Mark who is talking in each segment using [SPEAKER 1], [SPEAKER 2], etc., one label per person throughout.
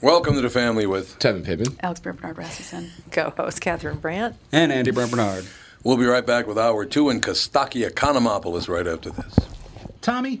[SPEAKER 1] Welcome to the family with.
[SPEAKER 2] Tevin Pippin.
[SPEAKER 3] Alex Bernard Rasmussen.
[SPEAKER 4] Co-host Catherine Brandt.
[SPEAKER 5] And Andy Brent Bernard.
[SPEAKER 1] We'll be right back with hour two in Kostaki Economopolis right after this.
[SPEAKER 6] Tommy,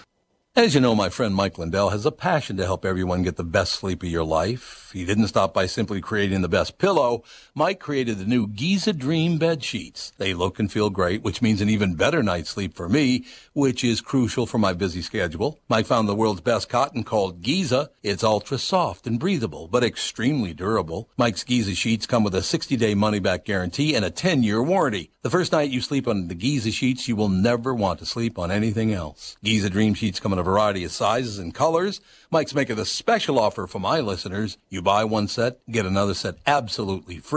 [SPEAKER 1] As you know, my friend Mike Lindell has a passion to help everyone get the best sleep of your life. He didn't stop by simply creating the best pillow. Mike created the new Giza Dream bed sheets. They look and feel great, which means an even better night's sleep for me, which is crucial for my busy schedule. Mike found the world's best cotton called Giza. It's ultra soft and breathable, but extremely durable. Mike's Giza sheets come with a 60-day money-back guarantee and a 10-year warranty. The first night you sleep on the Giza sheets, you will never want to sleep on anything else. Giza Dream Sheets come in a variety of sizes and colors. Mike's making a special offer for my listeners. You buy one set, get another set absolutely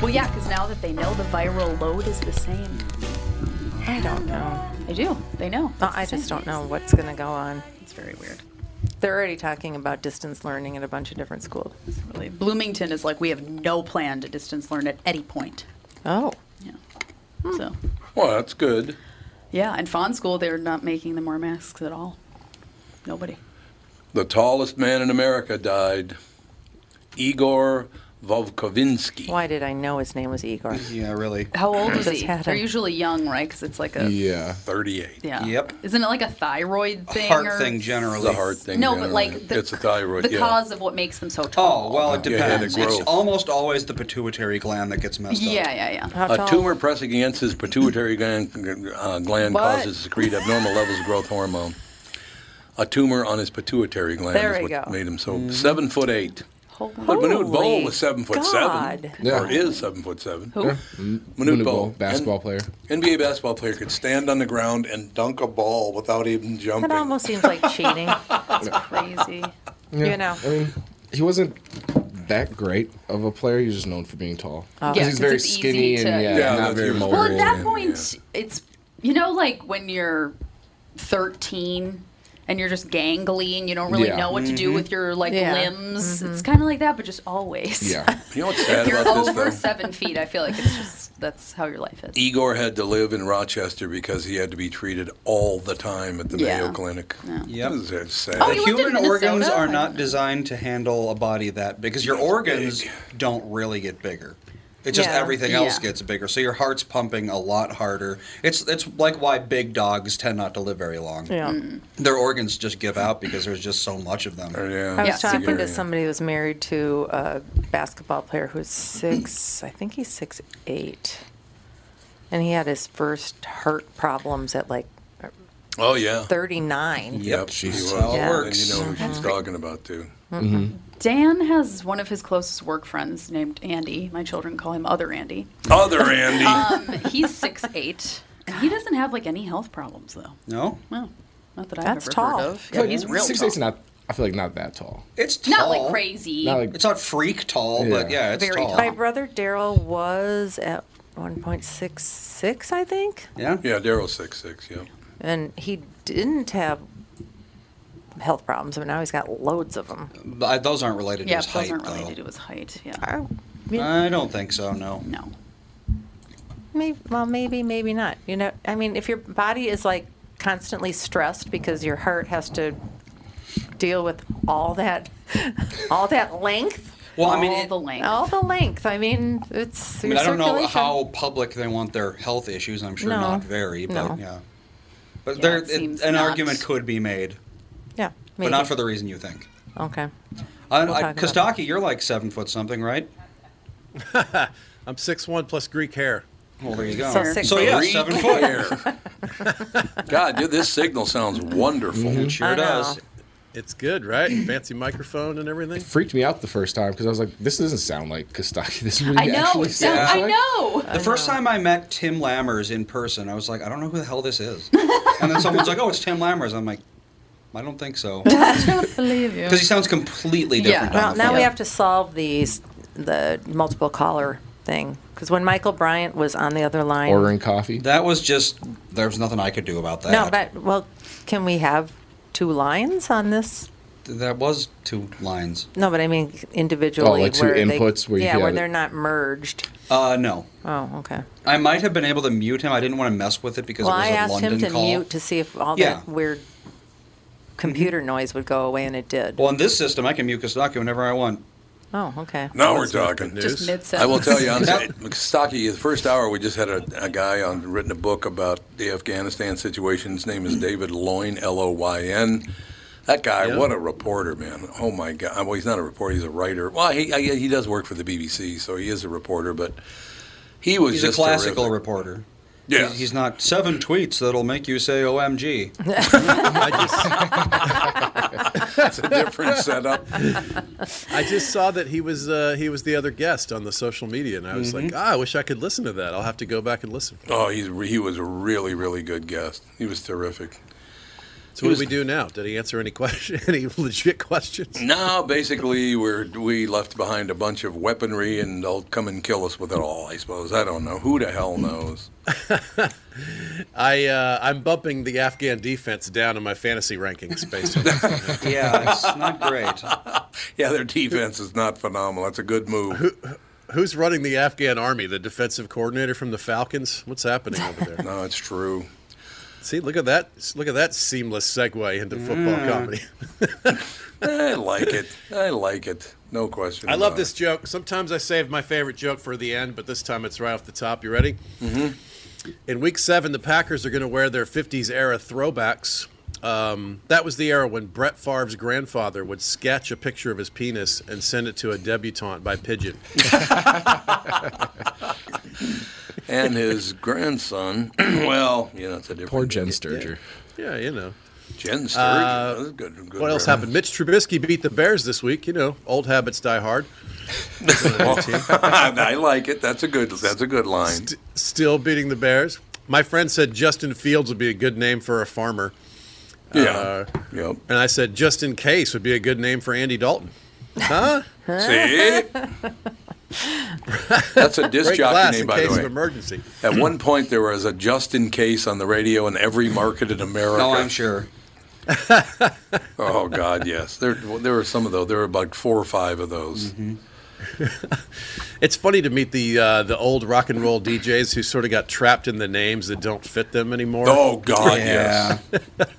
[SPEAKER 3] Well, yeah, because now that they know the viral load is the same,
[SPEAKER 4] I don't know.
[SPEAKER 3] they do. They know.
[SPEAKER 4] Uh,
[SPEAKER 3] It's
[SPEAKER 4] I
[SPEAKER 3] the same.
[SPEAKER 4] just don't know what's going to go on.
[SPEAKER 3] It's very weird.
[SPEAKER 4] They're already talking about distance learning at a bunch of different schools.
[SPEAKER 3] Really, Bloomington is like we have no plan to distance learn at any point.
[SPEAKER 4] Oh,
[SPEAKER 3] Yeah.
[SPEAKER 4] Hmm.
[SPEAKER 3] So,
[SPEAKER 1] Well, that's good.
[SPEAKER 3] yeah, and Fawn School they're not making them wear masks at all. Nobody.
[SPEAKER 1] The tallest man in America died. Igor Vovkovinsky.
[SPEAKER 4] why did I know his name was Igor?
[SPEAKER 2] Yeah, really.
[SPEAKER 3] How old is
[SPEAKER 4] Just
[SPEAKER 3] he?
[SPEAKER 4] had
[SPEAKER 3] They're
[SPEAKER 4] him.
[SPEAKER 3] usually young, right? Because it's like a yeah.
[SPEAKER 2] Yeah.
[SPEAKER 1] 38.
[SPEAKER 2] Yep.
[SPEAKER 3] Isn't it like a thyroid thing?
[SPEAKER 2] Heart
[SPEAKER 3] or-
[SPEAKER 2] thing generally.
[SPEAKER 1] It's a heart thing.
[SPEAKER 3] No,
[SPEAKER 1] generally.
[SPEAKER 3] but like the,
[SPEAKER 1] it's a thyroid.
[SPEAKER 3] The
[SPEAKER 1] yeah.
[SPEAKER 3] cause of what makes them so tall.
[SPEAKER 2] Oh, well, it
[SPEAKER 1] Uh, Yeah, yeah, the
[SPEAKER 2] depends. it's
[SPEAKER 1] growth.
[SPEAKER 2] almost always the pituitary gland that gets messed up.
[SPEAKER 3] Yeah, yeah, yeah.
[SPEAKER 4] How
[SPEAKER 1] Oh, A
[SPEAKER 4] tall?
[SPEAKER 1] tumor pressing against his pituitary gland, uh, gland
[SPEAKER 4] What?
[SPEAKER 1] causes secrete abnormal levels of growth hormone. A tumor on his pituitary gland
[SPEAKER 4] There
[SPEAKER 1] is
[SPEAKER 4] we
[SPEAKER 1] what
[SPEAKER 4] go.
[SPEAKER 1] made him so seven foot eight.
[SPEAKER 3] Holy-
[SPEAKER 1] But Manute Bol
[SPEAKER 4] Holy
[SPEAKER 1] was seven foot
[SPEAKER 4] God.
[SPEAKER 1] seven,
[SPEAKER 2] Yeah.
[SPEAKER 1] or is seven foot seven.
[SPEAKER 3] Who?
[SPEAKER 1] Manute
[SPEAKER 2] Manute
[SPEAKER 1] Bol,
[SPEAKER 2] Bol, basketball
[SPEAKER 1] N-
[SPEAKER 2] player.
[SPEAKER 1] NBA basketball player could stand on the ground and dunk a ball without even jumping.
[SPEAKER 4] That almost seems like cheating.
[SPEAKER 3] Crazy.
[SPEAKER 4] You know.
[SPEAKER 2] I mean, he wasn't that great of a player. He was just known for being tall.
[SPEAKER 3] Yeah,
[SPEAKER 2] he's
[SPEAKER 3] 'cause
[SPEAKER 2] very
[SPEAKER 3] it's easy
[SPEAKER 2] skinny
[SPEAKER 3] to-
[SPEAKER 2] and yeah,
[SPEAKER 1] Yeah, that's
[SPEAKER 2] not very
[SPEAKER 1] what he was-
[SPEAKER 2] mobile.
[SPEAKER 3] Well, at
[SPEAKER 1] Yeah.
[SPEAKER 3] that point, it's you know, like when you're 13 and you're just gangly and you don't really
[SPEAKER 2] Yeah.
[SPEAKER 3] know what to do with your like
[SPEAKER 4] Yeah. Mm-hmm.
[SPEAKER 3] limbs. It's kind of like that, but just always.
[SPEAKER 2] Yeah.
[SPEAKER 1] You know what's
[SPEAKER 3] if
[SPEAKER 1] sad
[SPEAKER 3] you're
[SPEAKER 1] about
[SPEAKER 3] over
[SPEAKER 1] this, though?
[SPEAKER 3] seven feet, I feel like it's just that's how your life is.
[SPEAKER 1] Igor had to live in Rochester because he had to be treated all the time at the Mayo
[SPEAKER 3] Yeah.
[SPEAKER 1] Clinic.
[SPEAKER 5] Yep.
[SPEAKER 1] That is- that's sad.
[SPEAKER 3] Oh,
[SPEAKER 5] The
[SPEAKER 3] you lived in
[SPEAKER 5] human organs
[SPEAKER 3] Minnesota? Oh.
[SPEAKER 5] are not designed to handle a body that because your organs don't really get bigger. It's just
[SPEAKER 4] Yeah.
[SPEAKER 5] everything else
[SPEAKER 3] Yeah.
[SPEAKER 5] gets bigger. So your heart's pumping a lot harder. It's it's like why big dogs tend not to live very long.
[SPEAKER 4] Yeah.
[SPEAKER 1] Mm.
[SPEAKER 5] Their organs just give out because there's just so much of them.
[SPEAKER 1] Oh, yeah.
[SPEAKER 4] I was
[SPEAKER 3] Yeah,
[SPEAKER 4] talking
[SPEAKER 1] Igor,
[SPEAKER 4] to
[SPEAKER 1] yeah.
[SPEAKER 4] somebody who was married to a basketball player who's six, I think he's six eight, and he had his first heart problems at like
[SPEAKER 1] Oh, yeah.
[SPEAKER 4] thirty nine.
[SPEAKER 1] Yep, she
[SPEAKER 5] Jesus.
[SPEAKER 1] was.
[SPEAKER 5] How it
[SPEAKER 1] And
[SPEAKER 5] works.
[SPEAKER 1] you know who she's talking about, too.
[SPEAKER 3] Dan has one of his closest work friends named Andy. My children call him Other Andy.
[SPEAKER 1] Other Andy.
[SPEAKER 3] Um, he's six eight. And he doesn't have like any health problems though.
[SPEAKER 5] No,
[SPEAKER 3] Well, not that I've
[SPEAKER 4] That's
[SPEAKER 3] ever
[SPEAKER 4] tall.
[SPEAKER 3] heard of. Yeah,
[SPEAKER 2] But
[SPEAKER 3] he's real
[SPEAKER 2] six
[SPEAKER 3] tall.
[SPEAKER 2] eight's not. I feel like not that tall.
[SPEAKER 5] it's tall.
[SPEAKER 3] Not like crazy.
[SPEAKER 2] Not like
[SPEAKER 5] It's not freak tall, but
[SPEAKER 2] Yeah.
[SPEAKER 5] yeah, it's
[SPEAKER 3] Very
[SPEAKER 5] tall.
[SPEAKER 4] My brother Daryl was at one point six six, I think,
[SPEAKER 5] Yeah.
[SPEAKER 1] yeah, Daryl's six six. Yeah.
[SPEAKER 4] and he didn't have health problems, but now he's got loads of them.
[SPEAKER 5] But I- those aren't related
[SPEAKER 3] yeah,
[SPEAKER 5] to his height,
[SPEAKER 3] those aren't related
[SPEAKER 5] though.
[SPEAKER 3] to his height. Yeah.
[SPEAKER 1] Oh.
[SPEAKER 4] I, mean,
[SPEAKER 5] I don't think so. No.
[SPEAKER 3] no.
[SPEAKER 4] Maybe, well, maybe, maybe not. You know, I mean, if your body is like constantly stressed because your heart has to deal with all that, all that length,
[SPEAKER 5] Well,
[SPEAKER 3] all
[SPEAKER 5] I mean, it-
[SPEAKER 3] the length.
[SPEAKER 4] all the length. I mean, it's.
[SPEAKER 5] I,
[SPEAKER 4] your
[SPEAKER 5] mean, I don't know
[SPEAKER 4] circulation.
[SPEAKER 5] how public they want their health issues. I'm sure
[SPEAKER 4] No.
[SPEAKER 5] not very, but
[SPEAKER 4] No.
[SPEAKER 5] yeah. But
[SPEAKER 3] Yeah,
[SPEAKER 5] there,
[SPEAKER 3] it
[SPEAKER 5] it-
[SPEAKER 3] seems
[SPEAKER 5] an
[SPEAKER 3] not.
[SPEAKER 5] argument could be made,
[SPEAKER 4] Yeah. Maybe.
[SPEAKER 5] but not for the reason you think.
[SPEAKER 4] Okay.
[SPEAKER 5] I,
[SPEAKER 4] We'll
[SPEAKER 5] I,
[SPEAKER 4] talk about
[SPEAKER 5] Kostaki, you're like seven foot something, right?
[SPEAKER 7] I'm six one plus Greek hair.
[SPEAKER 5] Well, there you go.
[SPEAKER 4] So six
[SPEAKER 5] So, yeah,
[SPEAKER 4] feet.
[SPEAKER 5] seven foot.
[SPEAKER 1] God, dude, this signal sounds wonderful.
[SPEAKER 5] It Mm-hmm. sure
[SPEAKER 4] I know.
[SPEAKER 5] does.
[SPEAKER 7] It's good, right? Fancy microphone and everything.
[SPEAKER 2] it freaked me out the first time because I was like, this doesn't sound like Kostaki. This really
[SPEAKER 3] I know.
[SPEAKER 2] actually
[SPEAKER 3] it sounds-
[SPEAKER 2] sounds
[SPEAKER 3] I
[SPEAKER 2] like.
[SPEAKER 3] know.
[SPEAKER 5] The first time I met Tim Lammers in person, I was like, I don't know who the hell this is. and then someone's like, oh, it's Tim Lammers. I'm like, I don't think so. Because
[SPEAKER 3] I don't believe you.
[SPEAKER 5] he sounds completely
[SPEAKER 3] Yeah.
[SPEAKER 5] different.
[SPEAKER 4] Well,
[SPEAKER 5] on the
[SPEAKER 4] now
[SPEAKER 5] phone.
[SPEAKER 4] we have to solve these the multiple caller thing because when Michael Bryant was on the other line,
[SPEAKER 2] Ordering coffee.
[SPEAKER 5] That was just, there was nothing I could do about that.
[SPEAKER 4] no, but well, can we have two lines on this?
[SPEAKER 5] That was two lines.
[SPEAKER 4] No, but I mean individually.
[SPEAKER 2] like two
[SPEAKER 4] where they-
[SPEAKER 2] inputs where you
[SPEAKER 4] yeah,
[SPEAKER 2] could
[SPEAKER 4] where
[SPEAKER 2] have it-
[SPEAKER 4] they're not merged.
[SPEAKER 5] Uh, no.
[SPEAKER 4] Oh, okay.
[SPEAKER 5] I might have been able to mute him. I didn't want to mess with it because
[SPEAKER 4] Well,
[SPEAKER 5] it was
[SPEAKER 4] I
[SPEAKER 5] a
[SPEAKER 4] asked
[SPEAKER 5] London
[SPEAKER 4] him to
[SPEAKER 5] call.
[SPEAKER 4] mute to see if all
[SPEAKER 5] Yeah.
[SPEAKER 4] that weird computer noise would go away, and it did.
[SPEAKER 5] Well, in this system, I can mute Kostaki whenever I want.
[SPEAKER 4] oh, okay.
[SPEAKER 1] Now we're
[SPEAKER 7] That's not good
[SPEAKER 1] talking.
[SPEAKER 7] news.
[SPEAKER 3] just mid
[SPEAKER 4] uh,
[SPEAKER 1] I will tell you, on Stocky, the first hour we just had a, a guy on written a book about the Afghanistan situation. His name
[SPEAKER 5] Mm-hmm.
[SPEAKER 1] is David Loyn, L O Y N. That guy,
[SPEAKER 7] Yeah.
[SPEAKER 1] what a reporter, man! Oh my God! Well, he's not a reporter; he's a writer. Well, he I, he does work for the BBC, so he is a reporter. But he was
[SPEAKER 5] He's a
[SPEAKER 1] just
[SPEAKER 5] classical
[SPEAKER 1] terrific.
[SPEAKER 5] reporter.
[SPEAKER 1] Yeah.
[SPEAKER 5] He's, he's not seven tweets that'll make you say OMG.
[SPEAKER 7] I just,
[SPEAKER 1] It's a different setup.
[SPEAKER 7] I just saw that he was uh, he was the other guest on the social media, and I was
[SPEAKER 5] Mm-hmm.
[SPEAKER 7] like, ah, I wish I could listen to that. I'll have to go back and listen.
[SPEAKER 1] Oh, he's re- he was a really really good guest. He was terrific.
[SPEAKER 7] So what do we do now? Did he answer any question? Any legit questions?
[SPEAKER 1] No, basically, we're, we left behind a bunch of weaponry, and they'll come and kill us with it all. I suppose I don't know. Who the hell knows?
[SPEAKER 7] I uh, I'm bumping the Afghan defense down in my fantasy rankings based on this.
[SPEAKER 5] yeah, it's not great.
[SPEAKER 1] Yeah, their defense is not phenomenal. That's a good move.
[SPEAKER 7] Who's running the Afghan army? The defensive coordinator from the Falcons? What's happening over there?
[SPEAKER 1] No, it's true.
[SPEAKER 7] See, look at that! Look at that seamless segue into football
[SPEAKER 5] Mm.
[SPEAKER 7] comedy.
[SPEAKER 1] I like it. I like it. No question.
[SPEAKER 7] I love
[SPEAKER 1] about
[SPEAKER 7] this
[SPEAKER 1] it.
[SPEAKER 7] joke. Sometimes I save my favorite joke for the end, but this time it's right off the top. You ready? Mm-hmm. In week seven, the Packers are going to wear their 50s era throwbacks. Um, that was the era when Brett Favre's grandfather would sketch a picture of his penis and send it to a debutante by pigeon.
[SPEAKER 1] And his grandson. well, you know, it's a different.
[SPEAKER 2] Poor Jen Sturger.
[SPEAKER 7] yeah, you know.
[SPEAKER 1] Jen Sturgeon. That's a good, good
[SPEAKER 7] Uh, What else happened? Mitch Trubisky beat the Bears this week. You know, old habits die hard.
[SPEAKER 1] I like it. That's a good. That's a good line.
[SPEAKER 7] St- still beating the Bears. My friend said Justin Fields would be a good name for a farmer. Uh,
[SPEAKER 1] yeah. yep.
[SPEAKER 7] And I said, just in case would be a good name for Andy Dalton.
[SPEAKER 1] See? That's a disc
[SPEAKER 7] Great
[SPEAKER 1] jockey
[SPEAKER 7] class
[SPEAKER 1] name,
[SPEAKER 7] in
[SPEAKER 1] by the
[SPEAKER 7] case of
[SPEAKER 1] way.
[SPEAKER 7] emergency. Oh,
[SPEAKER 1] At one point, there was a just in case on the radio in every market in America.
[SPEAKER 5] No, I'm sure.
[SPEAKER 1] Oh God, yes. There, there were some of those. There were about four or five of those.
[SPEAKER 7] Mm-hmm. It's funny to meet the uh, the old rock and roll DJs who sort of got trapped in the names that don't fit them anymore.
[SPEAKER 1] Oh God, yes.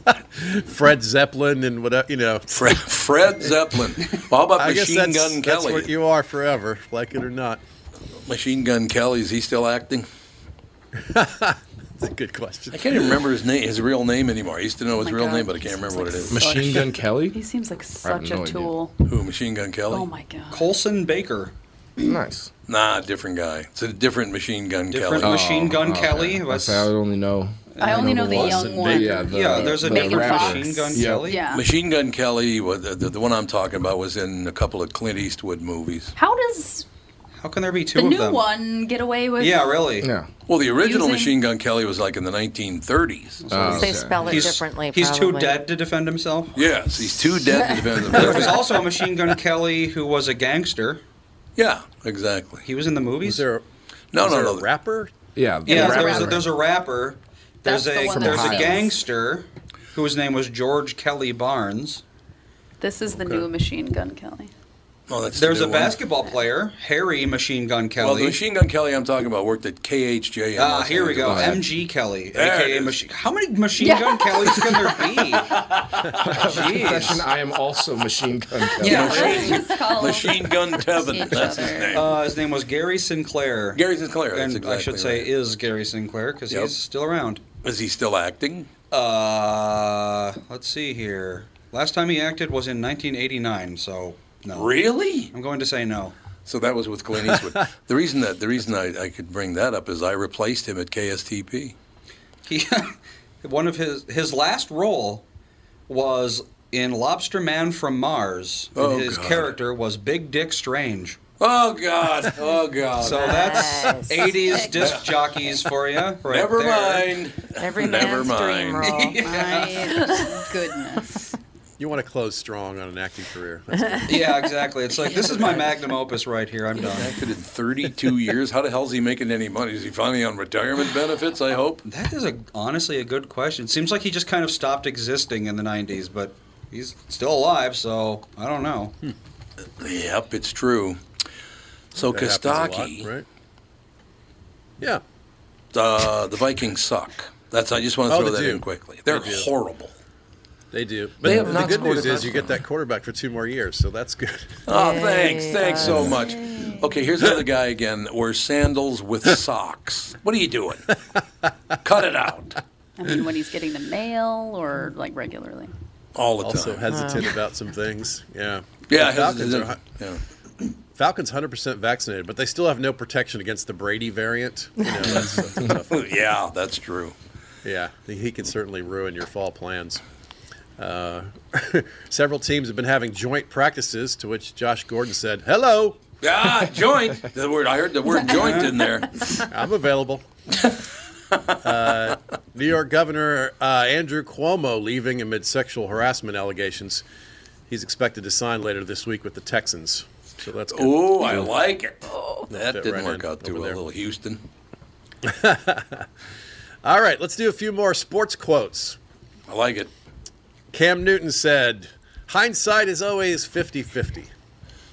[SPEAKER 7] Fred Zeppelin and whatever, you know.
[SPEAKER 1] Fred, Fred Zeppelin. Well, how about
[SPEAKER 7] I guess
[SPEAKER 1] Machine
[SPEAKER 7] that's,
[SPEAKER 1] Gun
[SPEAKER 7] that's
[SPEAKER 1] Kelly?
[SPEAKER 7] what you are forever, like it or not.
[SPEAKER 1] Machine Gun Kelly is he still acting?
[SPEAKER 7] It's a good question.
[SPEAKER 1] I can't even remember his name, his real name anymore. I used to know his
[SPEAKER 3] Oh my
[SPEAKER 1] real
[SPEAKER 3] God,
[SPEAKER 1] name, but I
[SPEAKER 3] he
[SPEAKER 1] can't remember
[SPEAKER 3] seems
[SPEAKER 1] what it
[SPEAKER 3] like
[SPEAKER 1] is.
[SPEAKER 3] such-
[SPEAKER 2] Machine Gun
[SPEAKER 3] He
[SPEAKER 2] Kelly?
[SPEAKER 3] seems like such
[SPEAKER 2] no
[SPEAKER 3] a
[SPEAKER 2] idea.
[SPEAKER 3] tool.
[SPEAKER 1] Who? Machine Gun Kelly?
[SPEAKER 3] Oh my god.
[SPEAKER 5] Colson Baker,
[SPEAKER 2] Nice.
[SPEAKER 1] Nah, different guy. It's a different Machine Gun
[SPEAKER 5] different
[SPEAKER 1] Kelly.
[SPEAKER 5] Machine Gun
[SPEAKER 2] Oh, okay.
[SPEAKER 5] Kelly.
[SPEAKER 2] I
[SPEAKER 5] That's-
[SPEAKER 2] say I would only know.
[SPEAKER 3] I only know the
[SPEAKER 2] one.
[SPEAKER 3] young one.
[SPEAKER 2] Yeah, the,
[SPEAKER 5] yeah, there's a
[SPEAKER 2] the
[SPEAKER 5] different
[SPEAKER 2] rapper.
[SPEAKER 5] Machine Gun
[SPEAKER 2] Yeah.
[SPEAKER 5] Kelly.
[SPEAKER 3] Yeah.
[SPEAKER 1] Machine Gun Kelly, wa- the, the, the one I'm talking about, was in a couple of Clint Eastwood movies.
[SPEAKER 3] How does
[SPEAKER 5] How can there be two
[SPEAKER 3] the
[SPEAKER 5] of
[SPEAKER 3] new
[SPEAKER 5] them?
[SPEAKER 3] one get away with?
[SPEAKER 5] Yeah, really.
[SPEAKER 2] Yeah.
[SPEAKER 1] Well, the original
[SPEAKER 3] Using-
[SPEAKER 1] Machine Gun Kelly was like in the 1930s.
[SPEAKER 2] Oh,
[SPEAKER 4] They
[SPEAKER 2] okay.
[SPEAKER 4] spell it
[SPEAKER 5] He's,
[SPEAKER 4] differently.
[SPEAKER 5] he's too
[SPEAKER 4] probably.
[SPEAKER 5] dead to defend himself.
[SPEAKER 1] Yes, he's too dead to defend
[SPEAKER 5] There's
[SPEAKER 1] himself.
[SPEAKER 5] also a Machine Gun Kelly who was a gangster.
[SPEAKER 1] Yeah, exactly.
[SPEAKER 5] He was in the movies.
[SPEAKER 7] Is there,
[SPEAKER 1] No,
[SPEAKER 7] is
[SPEAKER 1] no,
[SPEAKER 7] there
[SPEAKER 1] no.
[SPEAKER 7] a rapper?
[SPEAKER 2] Yeah.
[SPEAKER 5] yeah,
[SPEAKER 2] the
[SPEAKER 5] there's a,
[SPEAKER 2] rapper.
[SPEAKER 5] there's a rapper. There's
[SPEAKER 3] That's the
[SPEAKER 5] a
[SPEAKER 3] one
[SPEAKER 5] there's
[SPEAKER 2] that
[SPEAKER 5] a
[SPEAKER 2] sings.
[SPEAKER 5] gangster whose name was George Kelly Barnes.
[SPEAKER 3] This is the new Machine Gun Kelly.
[SPEAKER 1] Oh, that's the
[SPEAKER 5] There's
[SPEAKER 1] new
[SPEAKER 5] a
[SPEAKER 1] one.
[SPEAKER 5] basketball player, Harry Machine Gun Kelly.
[SPEAKER 1] Well, the Machine Gun Kelly I'm talking about worked at KHJ. in
[SPEAKER 5] Ah,
[SPEAKER 1] Los
[SPEAKER 5] here we go.
[SPEAKER 1] Angeles.
[SPEAKER 5] MG Kelly,
[SPEAKER 1] There it
[SPEAKER 5] aka
[SPEAKER 1] is.
[SPEAKER 5] Machine. How many Machine
[SPEAKER 3] Yeah.
[SPEAKER 5] Gun Kellys can there be?
[SPEAKER 2] Confession,
[SPEAKER 5] Jeez.
[SPEAKER 2] I am also Machine Gun Kelly.
[SPEAKER 5] Yeah.
[SPEAKER 1] Machine,
[SPEAKER 3] It's called-
[SPEAKER 1] Machine Gun Tevin.
[SPEAKER 3] Each
[SPEAKER 1] That's his
[SPEAKER 3] other.
[SPEAKER 1] name.
[SPEAKER 5] Uh, his name was Gary Sinclair.
[SPEAKER 1] Gary Sinclair.
[SPEAKER 5] and
[SPEAKER 1] that's exactly
[SPEAKER 5] I should say
[SPEAKER 1] right.
[SPEAKER 5] is Gary Sinclair because
[SPEAKER 1] Yep.
[SPEAKER 5] he's still around.
[SPEAKER 1] is he still acting?
[SPEAKER 5] Uh, let's see here. Last time he acted was in 1989, so no.
[SPEAKER 1] Really?
[SPEAKER 5] I'm going to say no.
[SPEAKER 1] So that was with Clint Eastwood. the reason that the reason I, I could bring that up is I replaced him at KSTP.
[SPEAKER 5] He, one of his his last role was in Lobster Man from Mars. and
[SPEAKER 1] Oh,
[SPEAKER 5] his
[SPEAKER 1] God.
[SPEAKER 5] character was Big Dick Strange.
[SPEAKER 1] Oh God! Oh God!
[SPEAKER 5] So that's 80s disc jockeys for you. Right
[SPEAKER 1] Never
[SPEAKER 5] there.
[SPEAKER 1] mind.
[SPEAKER 4] Every
[SPEAKER 1] Never
[SPEAKER 4] man's dream
[SPEAKER 1] mind.
[SPEAKER 4] role.
[SPEAKER 3] My goodness.
[SPEAKER 7] You want to close strong on an acting career. That's good.
[SPEAKER 5] Yeah, exactly. It's like this is my magnum opus right here. I'm done.
[SPEAKER 1] Acted in 32 years. How the hell is he making any money? Is he finally on retirement benefits? I hope.
[SPEAKER 5] That is a honestly a good question. Seems like he just kind of stopped existing in the 90s, but he's still alive, so I don't know.
[SPEAKER 1] Yep, it's true. So
[SPEAKER 7] That happens a lot,
[SPEAKER 1] Kostaki,
[SPEAKER 7] right? Yeah.
[SPEAKER 1] uh, the Vikings suck. That's I just want to
[SPEAKER 7] Oh,
[SPEAKER 1] throw
[SPEAKER 7] they
[SPEAKER 1] that
[SPEAKER 7] do.
[SPEAKER 1] in quickly. They're
[SPEAKER 7] They do.
[SPEAKER 1] horrible.
[SPEAKER 7] They do. But
[SPEAKER 1] They have
[SPEAKER 7] the
[SPEAKER 1] not
[SPEAKER 7] good
[SPEAKER 1] scored a
[SPEAKER 7] news is you get
[SPEAKER 1] touchdown.
[SPEAKER 7] that quarterback for two more years, so that's good.
[SPEAKER 1] Oh, thanks, thanks so much. Okay, here's another guy again. Wear sandals with socks. What are you doing? Cut it out
[SPEAKER 3] I mean, when he's getting the mail or like regularly.
[SPEAKER 1] all the
[SPEAKER 7] Also
[SPEAKER 1] time.
[SPEAKER 7] hesitant about some things. Yeah.
[SPEAKER 1] yeah,
[SPEAKER 7] The Falcons
[SPEAKER 1] hesitant.
[SPEAKER 7] are hu-
[SPEAKER 1] yeah.
[SPEAKER 7] Falcons 100% vaccinated, but they still have no protection against the Brady variant. You know, that's, that's a tough one.
[SPEAKER 1] yeah, that's true.
[SPEAKER 7] Yeah, he can certainly ruin your fall plans. Uh, several teams have been having joint practices, to which Josh Gordon said, "Hello,
[SPEAKER 1] Ah, joint. The word I heard the word joint in there.
[SPEAKER 7] I'm available." Uh, New York Governor uh, Andrew Cuomo leaving amid sexual harassment allegations. He's expected to sign later this week with the Texans, so that's good.
[SPEAKER 1] Oh, I like it.
[SPEAKER 2] Oh.
[SPEAKER 1] That
[SPEAKER 7] Fit right
[SPEAKER 1] didn't work
[SPEAKER 7] in
[SPEAKER 1] out too
[SPEAKER 7] over
[SPEAKER 1] well,
[SPEAKER 7] there.
[SPEAKER 1] little Houston.
[SPEAKER 7] All right, let's do a few more sports quotes.
[SPEAKER 1] I like it.
[SPEAKER 7] Cam Newton said, "Hindsight is always 50-50."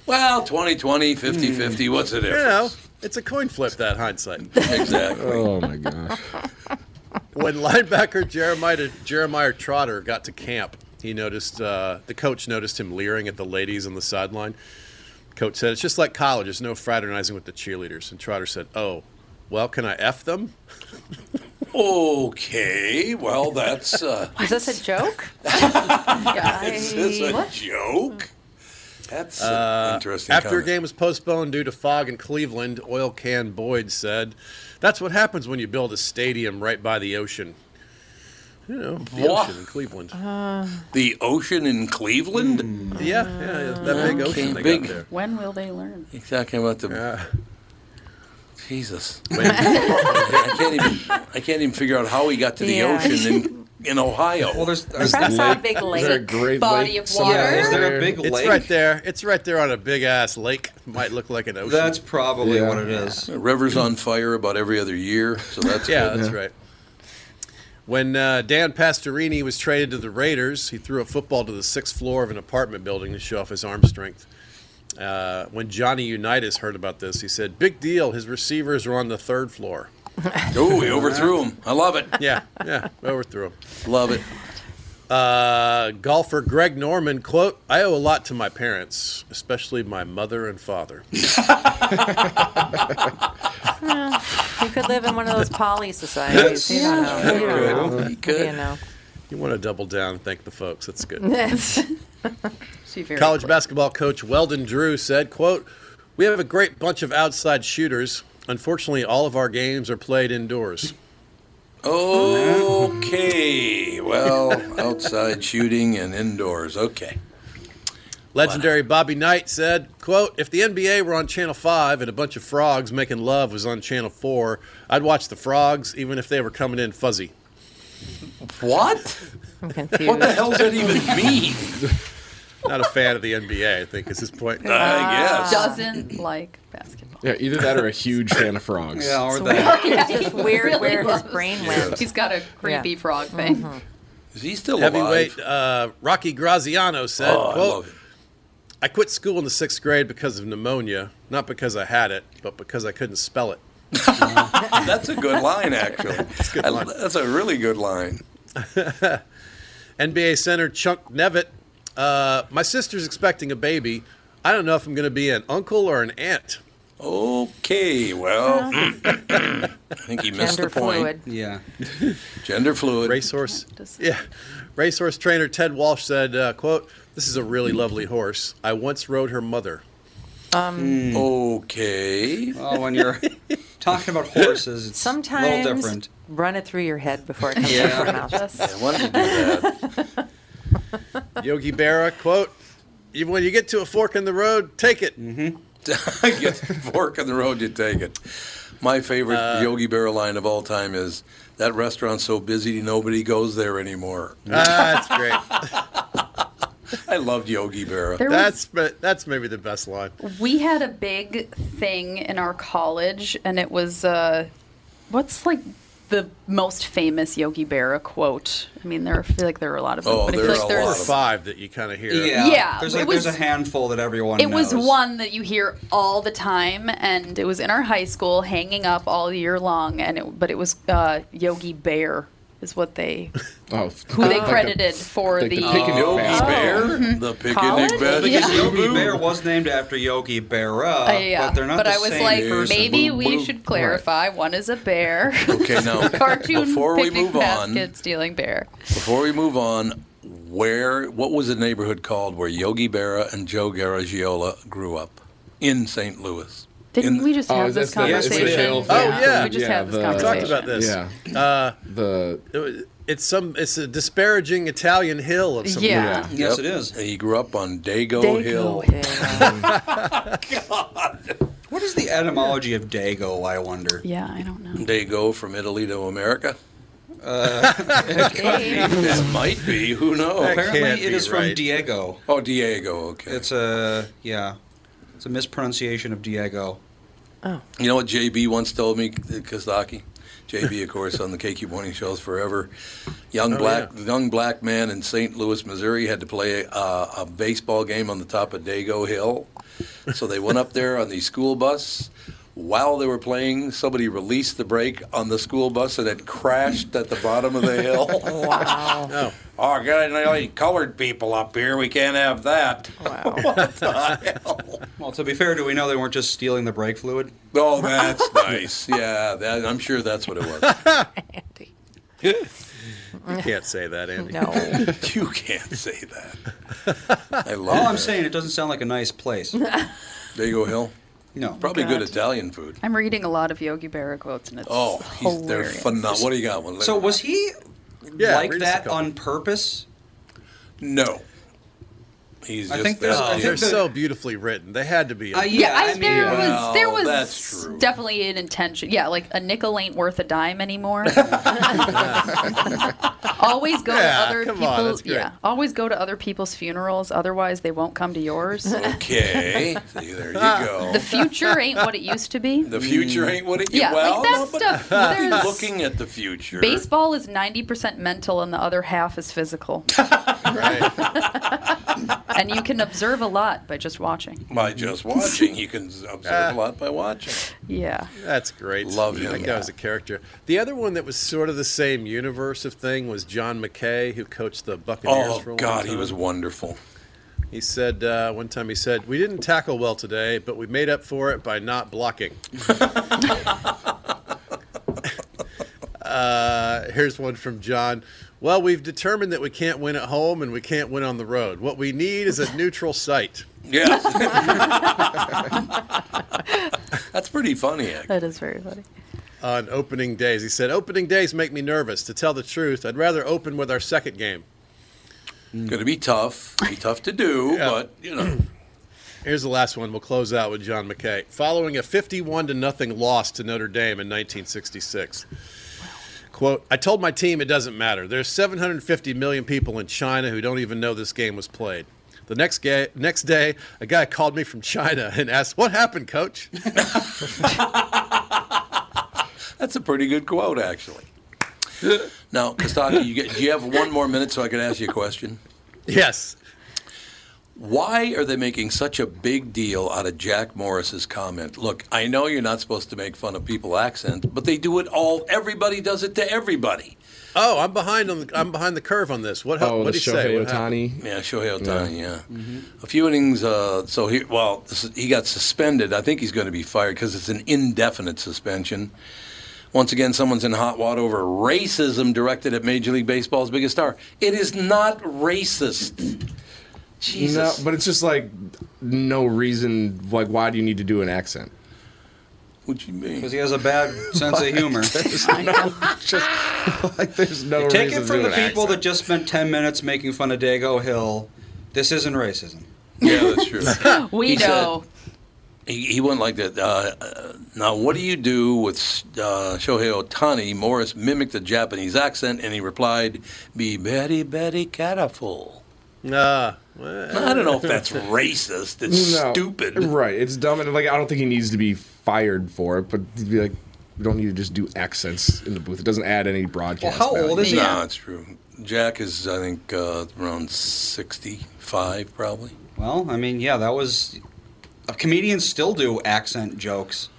[SPEAKER 1] Well, 2020, 50 50,
[SPEAKER 2] Hmm.
[SPEAKER 1] what's the
[SPEAKER 7] You know,
[SPEAKER 1] difference?
[SPEAKER 7] it's a coin flip that hindsight.
[SPEAKER 1] Exactly.
[SPEAKER 2] Oh my gosh.
[SPEAKER 7] when linebacker Jeremiah Jeremiah Trotter got to camp, he noticed uh, the coach noticed him leering at the ladies on the sideline. Coach said, "It's just like college. There's no fraternizing with the cheerleaders." And Trotter said, "Oh, well, can I f them?"
[SPEAKER 1] Oh, Okay, well, that's. Uh,
[SPEAKER 4] Is this a joke?
[SPEAKER 1] is this a
[SPEAKER 4] What?
[SPEAKER 1] joke? That's an interesting.
[SPEAKER 7] Uh, After a
[SPEAKER 1] comment.
[SPEAKER 7] game was postponed due to fog in Cleveland, Oil Can Boyd said, "That's what happens when you build a stadium right by the ocean." You know, the
[SPEAKER 1] Wha-
[SPEAKER 7] ocean in Cleveland.
[SPEAKER 1] Uh. the ocean in Cleveland.
[SPEAKER 7] yeah, yeah, yeah, that big ocean they
[SPEAKER 1] big.
[SPEAKER 7] got there.
[SPEAKER 3] When will they learn?
[SPEAKER 1] You're talking about the
[SPEAKER 7] Yeah.
[SPEAKER 1] Jesus.
[SPEAKER 7] Wait.
[SPEAKER 1] I can't even. I can't even figure out how he got to the
[SPEAKER 4] Yeah.
[SPEAKER 1] ocean in in Ohio.
[SPEAKER 5] Well, there's, there's
[SPEAKER 4] Perhaps not a big
[SPEAKER 2] Is there a
[SPEAKER 4] lake.
[SPEAKER 2] great
[SPEAKER 3] Body
[SPEAKER 2] lake
[SPEAKER 3] of
[SPEAKER 2] somewhere
[SPEAKER 3] water?
[SPEAKER 5] yeah, is
[SPEAKER 2] out
[SPEAKER 5] there a big
[SPEAKER 7] It's
[SPEAKER 5] lake?
[SPEAKER 7] right there. It's right there on a big ass lake. Might look like an ocean.
[SPEAKER 5] That's probably
[SPEAKER 2] Yeah.
[SPEAKER 5] what it is.
[SPEAKER 1] River's on fire about every other year, so that's
[SPEAKER 7] yeah,
[SPEAKER 1] good.
[SPEAKER 7] that's right. When uh, Dan Pastorini was traded to the Raiders, he threw a football to the sixth floor of an apartment building to show off his arm strength. Uh, when Johnny Unitas heard about this, he said, "Big deal. His receivers are on the third floor."
[SPEAKER 1] Oh, he overthrew him. I love it.
[SPEAKER 7] Yeah, yeah, overthrew him.
[SPEAKER 1] Love it.
[SPEAKER 7] Uh, golfer Greg Norman quote: "I owe a lot to my parents, especially my mother and father."
[SPEAKER 4] You could live in one of those poly societies. You don't know. You don't know.
[SPEAKER 1] He
[SPEAKER 4] You
[SPEAKER 1] could.
[SPEAKER 4] know.
[SPEAKER 7] You want to double down and thank the folks. That's good.
[SPEAKER 3] She very
[SPEAKER 7] College
[SPEAKER 3] clear.
[SPEAKER 7] basketball coach Weldon Drew said, quote, We have a great bunch of outside shooters. Unfortunately, all of our games are played indoors.
[SPEAKER 1] Okay. Well, outside shooting and indoors. Okay.
[SPEAKER 7] Legendary Bobby Knight said, quote, If the NBA were on Channel 5 and a bunch of frogs making love was on Channel 4, I'd watch the frogs even if they were coming in fuzzy.
[SPEAKER 1] What?
[SPEAKER 4] I'm
[SPEAKER 1] What the
[SPEAKER 4] confused.
[SPEAKER 1] hell does that even mean?
[SPEAKER 7] Not a fan of the NBA, I think, is his point.
[SPEAKER 1] I guess.
[SPEAKER 4] Ah.
[SPEAKER 3] doesn't like basketball.
[SPEAKER 2] Yeah, either that or a huge fan of frogs.
[SPEAKER 5] Yeah, or that.
[SPEAKER 4] It's just weird
[SPEAKER 3] Really
[SPEAKER 4] where his
[SPEAKER 3] was.
[SPEAKER 4] brain went.
[SPEAKER 3] He's got a creepy
[SPEAKER 4] Yeah. Mm-hmm.
[SPEAKER 3] frog thing.
[SPEAKER 1] Is he still
[SPEAKER 7] Heavyweight uh,
[SPEAKER 1] alive?
[SPEAKER 7] Rocky Graziano said,
[SPEAKER 1] Oh, I
[SPEAKER 7] quote,
[SPEAKER 1] love it.
[SPEAKER 7] I quit school in the sixth grade because of pneumonia, not because I had it, but because I couldn't spell it.
[SPEAKER 1] That's a good line, actually. that's,
[SPEAKER 7] good line.
[SPEAKER 1] that's a really good line.
[SPEAKER 7] NBA center Chuck Nevitt. Uh, my sister's expecting a baby. I don't know if I'm going to be an uncle or an aunt.
[SPEAKER 1] Okay, well, hmm. I think he missed
[SPEAKER 4] Gender
[SPEAKER 1] the point.
[SPEAKER 4] fluid.
[SPEAKER 5] Yeah.
[SPEAKER 1] Gender fluid.
[SPEAKER 7] Racehorse,
[SPEAKER 3] Just-
[SPEAKER 7] yeah, racehorse trainer Ted Walsh said, uh, "quote This is a really lovely horse. I once rode her mother."
[SPEAKER 3] um,
[SPEAKER 7] Hmm.
[SPEAKER 4] Hmm.
[SPEAKER 1] Okay.
[SPEAKER 5] Oh, when you're talking about horses, it's
[SPEAKER 4] Sometimes
[SPEAKER 5] a little different.
[SPEAKER 4] run it through your head before it comes out
[SPEAKER 5] Yeah.
[SPEAKER 4] your mouth.
[SPEAKER 3] Just-
[SPEAKER 1] I wanted to do that.
[SPEAKER 7] Yogi Berra, quote. Even when you get to a fork in the road, take it.
[SPEAKER 1] Get the fork in the road, you take it. My favorite
[SPEAKER 5] Uh,
[SPEAKER 1] Yogi Berra line of all time is that restaurant's so busy nobody goes there anymore.
[SPEAKER 7] Ah, that's great.
[SPEAKER 1] I loved Yogi Berra.
[SPEAKER 3] There was
[SPEAKER 7] That's but that's maybe the best line.
[SPEAKER 3] We had a big thing in our college, and it was uh, what's like the most famous Yogi Berra quote. I mean, there I feel like there are a lot of them,
[SPEAKER 1] Oh,
[SPEAKER 3] but I
[SPEAKER 1] there
[SPEAKER 3] feel
[SPEAKER 1] are a lot
[SPEAKER 3] like
[SPEAKER 7] Or
[SPEAKER 1] of
[SPEAKER 3] there's
[SPEAKER 1] them.
[SPEAKER 7] five that you kind of hear.
[SPEAKER 5] Yeah.
[SPEAKER 3] Yeah,
[SPEAKER 5] There's,
[SPEAKER 3] it
[SPEAKER 5] like,
[SPEAKER 3] was-
[SPEAKER 5] there's a handful that everyone
[SPEAKER 3] it
[SPEAKER 5] knows.
[SPEAKER 3] was one that you hear all the time, and it was in our high school, hanging up all year long. And it, but it was uh, Yogi Bear is what they
[SPEAKER 2] Oh,
[SPEAKER 3] who they
[SPEAKER 2] like the-
[SPEAKER 3] credited for
[SPEAKER 2] like
[SPEAKER 3] the. Oh.
[SPEAKER 2] the picnic
[SPEAKER 1] Yogi
[SPEAKER 2] basket.
[SPEAKER 1] Bear, the picnic
[SPEAKER 4] College?
[SPEAKER 1] basket.
[SPEAKER 5] Because
[SPEAKER 3] Yeah.
[SPEAKER 5] Yogi Bear was named after Yogi Berra,
[SPEAKER 3] Uh, yeah,
[SPEAKER 5] but they're not the
[SPEAKER 3] I was
[SPEAKER 5] same
[SPEAKER 3] like,
[SPEAKER 5] person.
[SPEAKER 3] maybe
[SPEAKER 1] Boop,
[SPEAKER 3] we
[SPEAKER 1] boop.
[SPEAKER 3] should clarify. One is a bear.
[SPEAKER 1] Okay, now
[SPEAKER 3] cartoon
[SPEAKER 1] before we
[SPEAKER 3] picnic
[SPEAKER 1] move on,
[SPEAKER 3] basket stealing bear.
[SPEAKER 1] before we move on, where what was the neighborhood called where Yogi Berra and Joe Garagiola grew up in St. Louis?
[SPEAKER 3] Didn't
[SPEAKER 1] In-
[SPEAKER 3] we just
[SPEAKER 2] Oh,
[SPEAKER 3] have
[SPEAKER 2] is
[SPEAKER 3] this
[SPEAKER 2] that the- it's
[SPEAKER 3] conversation?
[SPEAKER 2] the hill
[SPEAKER 7] thing. Oh, yeah.
[SPEAKER 3] we just
[SPEAKER 2] Yeah,
[SPEAKER 3] had this
[SPEAKER 2] the-
[SPEAKER 7] We
[SPEAKER 3] conversation.
[SPEAKER 7] talked about this.
[SPEAKER 2] Yeah.
[SPEAKER 7] Uh,
[SPEAKER 2] The
[SPEAKER 7] it was- it's some. It's a disparaging Italian hill of some.
[SPEAKER 3] Yeah.
[SPEAKER 2] yeah.
[SPEAKER 5] Yes,
[SPEAKER 1] Yep.
[SPEAKER 5] it is.
[SPEAKER 1] He grew up on Dago, Hill.
[SPEAKER 4] Yeah.
[SPEAKER 5] What is the etymology of Dago, I wonder?
[SPEAKER 3] Oh. Yeah, I don't know.
[SPEAKER 1] Dago from Italy to America.
[SPEAKER 7] Uh,
[SPEAKER 4] Hey,
[SPEAKER 1] It might be. Who knows?
[SPEAKER 5] Apparently,
[SPEAKER 7] can't
[SPEAKER 5] it
[SPEAKER 7] be
[SPEAKER 5] is
[SPEAKER 7] right.
[SPEAKER 5] from Diego.
[SPEAKER 1] Oh, Diego. Okay.
[SPEAKER 5] It's a, yeah, it's a mispronunciation of Diego.
[SPEAKER 1] You know what JB once told me, Kazaki? JB, of course, on the KQ Morning Shows forever.
[SPEAKER 5] Oh,
[SPEAKER 1] Young black, young black man in St. Louis, Missouri, had to play uh, a baseball game on the top of Dago Hill. So they went up there on the school bus. While they were playing, somebody released the brake on the school bus and it crashed at the bottom of the hill.
[SPEAKER 4] wow.
[SPEAKER 7] Oh.
[SPEAKER 1] oh, got any colored people up here? We can't have that.
[SPEAKER 4] Wow.
[SPEAKER 5] Well, to be fair, do we know they weren't just stealing the brake fluid?
[SPEAKER 1] Oh, that's nice. Yeah, that, I'm sure that's what it was.
[SPEAKER 4] Andy.
[SPEAKER 7] You can't say that, Andy.
[SPEAKER 4] No.
[SPEAKER 1] You can't say that. I love
[SPEAKER 5] All I'm
[SPEAKER 1] that.
[SPEAKER 5] saying, it doesn't sound like a nice place.
[SPEAKER 1] Dago Hill.
[SPEAKER 5] No.
[SPEAKER 1] Probably
[SPEAKER 3] God.
[SPEAKER 1] good Italian food.
[SPEAKER 3] I'm reading a lot of Yogi Berra quotes, and it's
[SPEAKER 1] Oh, he's, they're
[SPEAKER 3] hilarious.
[SPEAKER 1] phenomenal. What do you got? One?
[SPEAKER 5] So was he
[SPEAKER 7] Yeah,
[SPEAKER 5] like
[SPEAKER 7] read us a
[SPEAKER 5] that
[SPEAKER 7] couple.
[SPEAKER 5] on purpose?
[SPEAKER 1] no. He's
[SPEAKER 5] I
[SPEAKER 1] just
[SPEAKER 5] think
[SPEAKER 1] that
[SPEAKER 5] there's- I
[SPEAKER 1] dude.
[SPEAKER 5] think
[SPEAKER 7] They're
[SPEAKER 5] the-
[SPEAKER 7] so beautifully written. They had to be.
[SPEAKER 5] Uh,
[SPEAKER 3] Yeah,
[SPEAKER 5] Yeah,
[SPEAKER 3] I,
[SPEAKER 5] I mean-
[SPEAKER 3] there was there
[SPEAKER 1] Well, Oh, that's
[SPEAKER 3] was
[SPEAKER 1] true.
[SPEAKER 3] definitely an intention. Yeah, like a nickel ain't worth a dime anymore. always go
[SPEAKER 7] Yeah,
[SPEAKER 3] to other
[SPEAKER 1] Oh,
[SPEAKER 7] come on,
[SPEAKER 3] people's
[SPEAKER 7] that's great.
[SPEAKER 3] yeah, always go to other people's funerals otherwise they won't come to yours.
[SPEAKER 1] Okay, see, there you go.
[SPEAKER 3] the future ain't what it used to be.
[SPEAKER 1] The future ain't what it.
[SPEAKER 3] Yeah, like
[SPEAKER 1] well,
[SPEAKER 3] that
[SPEAKER 1] no, but
[SPEAKER 3] stuff,
[SPEAKER 1] we'll be
[SPEAKER 3] there's-
[SPEAKER 1] looking at the future.
[SPEAKER 3] Baseball is 90% mental and the other half is physical.
[SPEAKER 7] right.
[SPEAKER 3] and you can observe a lot by just watching.
[SPEAKER 1] by just watching, you can observe a lot by watching.
[SPEAKER 3] Yeah.
[SPEAKER 7] That's great.
[SPEAKER 1] Love him.
[SPEAKER 7] That guy was a character. The other one that was sort of the same universe of thing was John McKay, who coached the Buccaneers
[SPEAKER 1] Oh
[SPEAKER 7] for a long
[SPEAKER 1] God,
[SPEAKER 7] time.
[SPEAKER 1] he was wonderful.
[SPEAKER 7] He said uh, one time he said, "We didn't tackle well today, but we made up for it by not blocking." uh, here's one from John. Well, we've determined that we can't win at home and we can't win on the road. What we need is a neutral site.
[SPEAKER 1] Yeah. That's pretty funny. Actually.
[SPEAKER 3] That is very funny.
[SPEAKER 7] on opening days. He said, "Opening days make me nervous. To tell the truth, I'd rather open with our second game."
[SPEAKER 1] Going to Mm. be tough. Be tough to do, but you know.
[SPEAKER 7] Here's the last one. We'll close out with John McKay. Following a 51 to nothing loss to Notre Dame in 1966. Quote, I told my team it doesn't matter. There's 750 million people in China who don't even know this game was played. The next, ga- next day, a guy called me from China and asked, What happened, coach?
[SPEAKER 1] That's a pretty good quote, actually. Now, Kostaki, you get, do you have one more minute so I can ask you a question?
[SPEAKER 7] yes.
[SPEAKER 1] Why are they making such a big deal out of Jack Morris's comment? Look, I know you're not supposed to make fun of people accents, but they do it all. Everybody does it to everybody.
[SPEAKER 7] Oh, I'm behind on the, I'm behind the curve on this. What,
[SPEAKER 2] Oh,
[SPEAKER 7] what
[SPEAKER 2] the
[SPEAKER 7] did he say?
[SPEAKER 2] Shohei
[SPEAKER 7] What happened? Mm-hmm.
[SPEAKER 2] Otani.
[SPEAKER 1] Yeah, Shohei Ohtani. Yeah, a few innings. Uh, so he well, this is- he got suspended. I think he's going to be fired because it's an indefinite suspension. Once again, someone's in hot water over racism directed at Major League Baseball's biggest star. It is not racist.
[SPEAKER 2] No,
[SPEAKER 1] Jesus,
[SPEAKER 2] but it's just like no reason. Like, why do you need to do an accent?
[SPEAKER 1] what you mean?
[SPEAKER 5] Because he has a bad sense of humor.
[SPEAKER 2] Just like there's no
[SPEAKER 5] Take
[SPEAKER 2] reason
[SPEAKER 5] it
[SPEAKER 2] to
[SPEAKER 5] from
[SPEAKER 2] do
[SPEAKER 5] the
[SPEAKER 2] an
[SPEAKER 5] people that
[SPEAKER 2] accent.
[SPEAKER 5] just spent 10 minutes making fun of Dago Hill. This isn't racism.
[SPEAKER 1] Yeah, that's true.
[SPEAKER 3] We
[SPEAKER 1] He said-
[SPEAKER 3] know.
[SPEAKER 1] he, he went like that. Uh, uh, now, what do you do with uh, Shohei Otani? Morris mimicked the Japanese accent, and he replied, "Be very, very careful."
[SPEAKER 7] Ah, well,
[SPEAKER 1] I don't know if that's racist. It's
[SPEAKER 2] No.
[SPEAKER 1] stupid.
[SPEAKER 2] Right. It's dumb, and like I don't think he needs to be fired for it. But to be like, you don't need to just do accents in the booth. It doesn't add any broadcast.
[SPEAKER 5] how old
[SPEAKER 2] value.
[SPEAKER 5] is he?
[SPEAKER 1] No, it's true. Jack is, I think, uh, around 65, probably.
[SPEAKER 5] Well, I mean, yeah, that was. uh, Comedians still do accent jokes.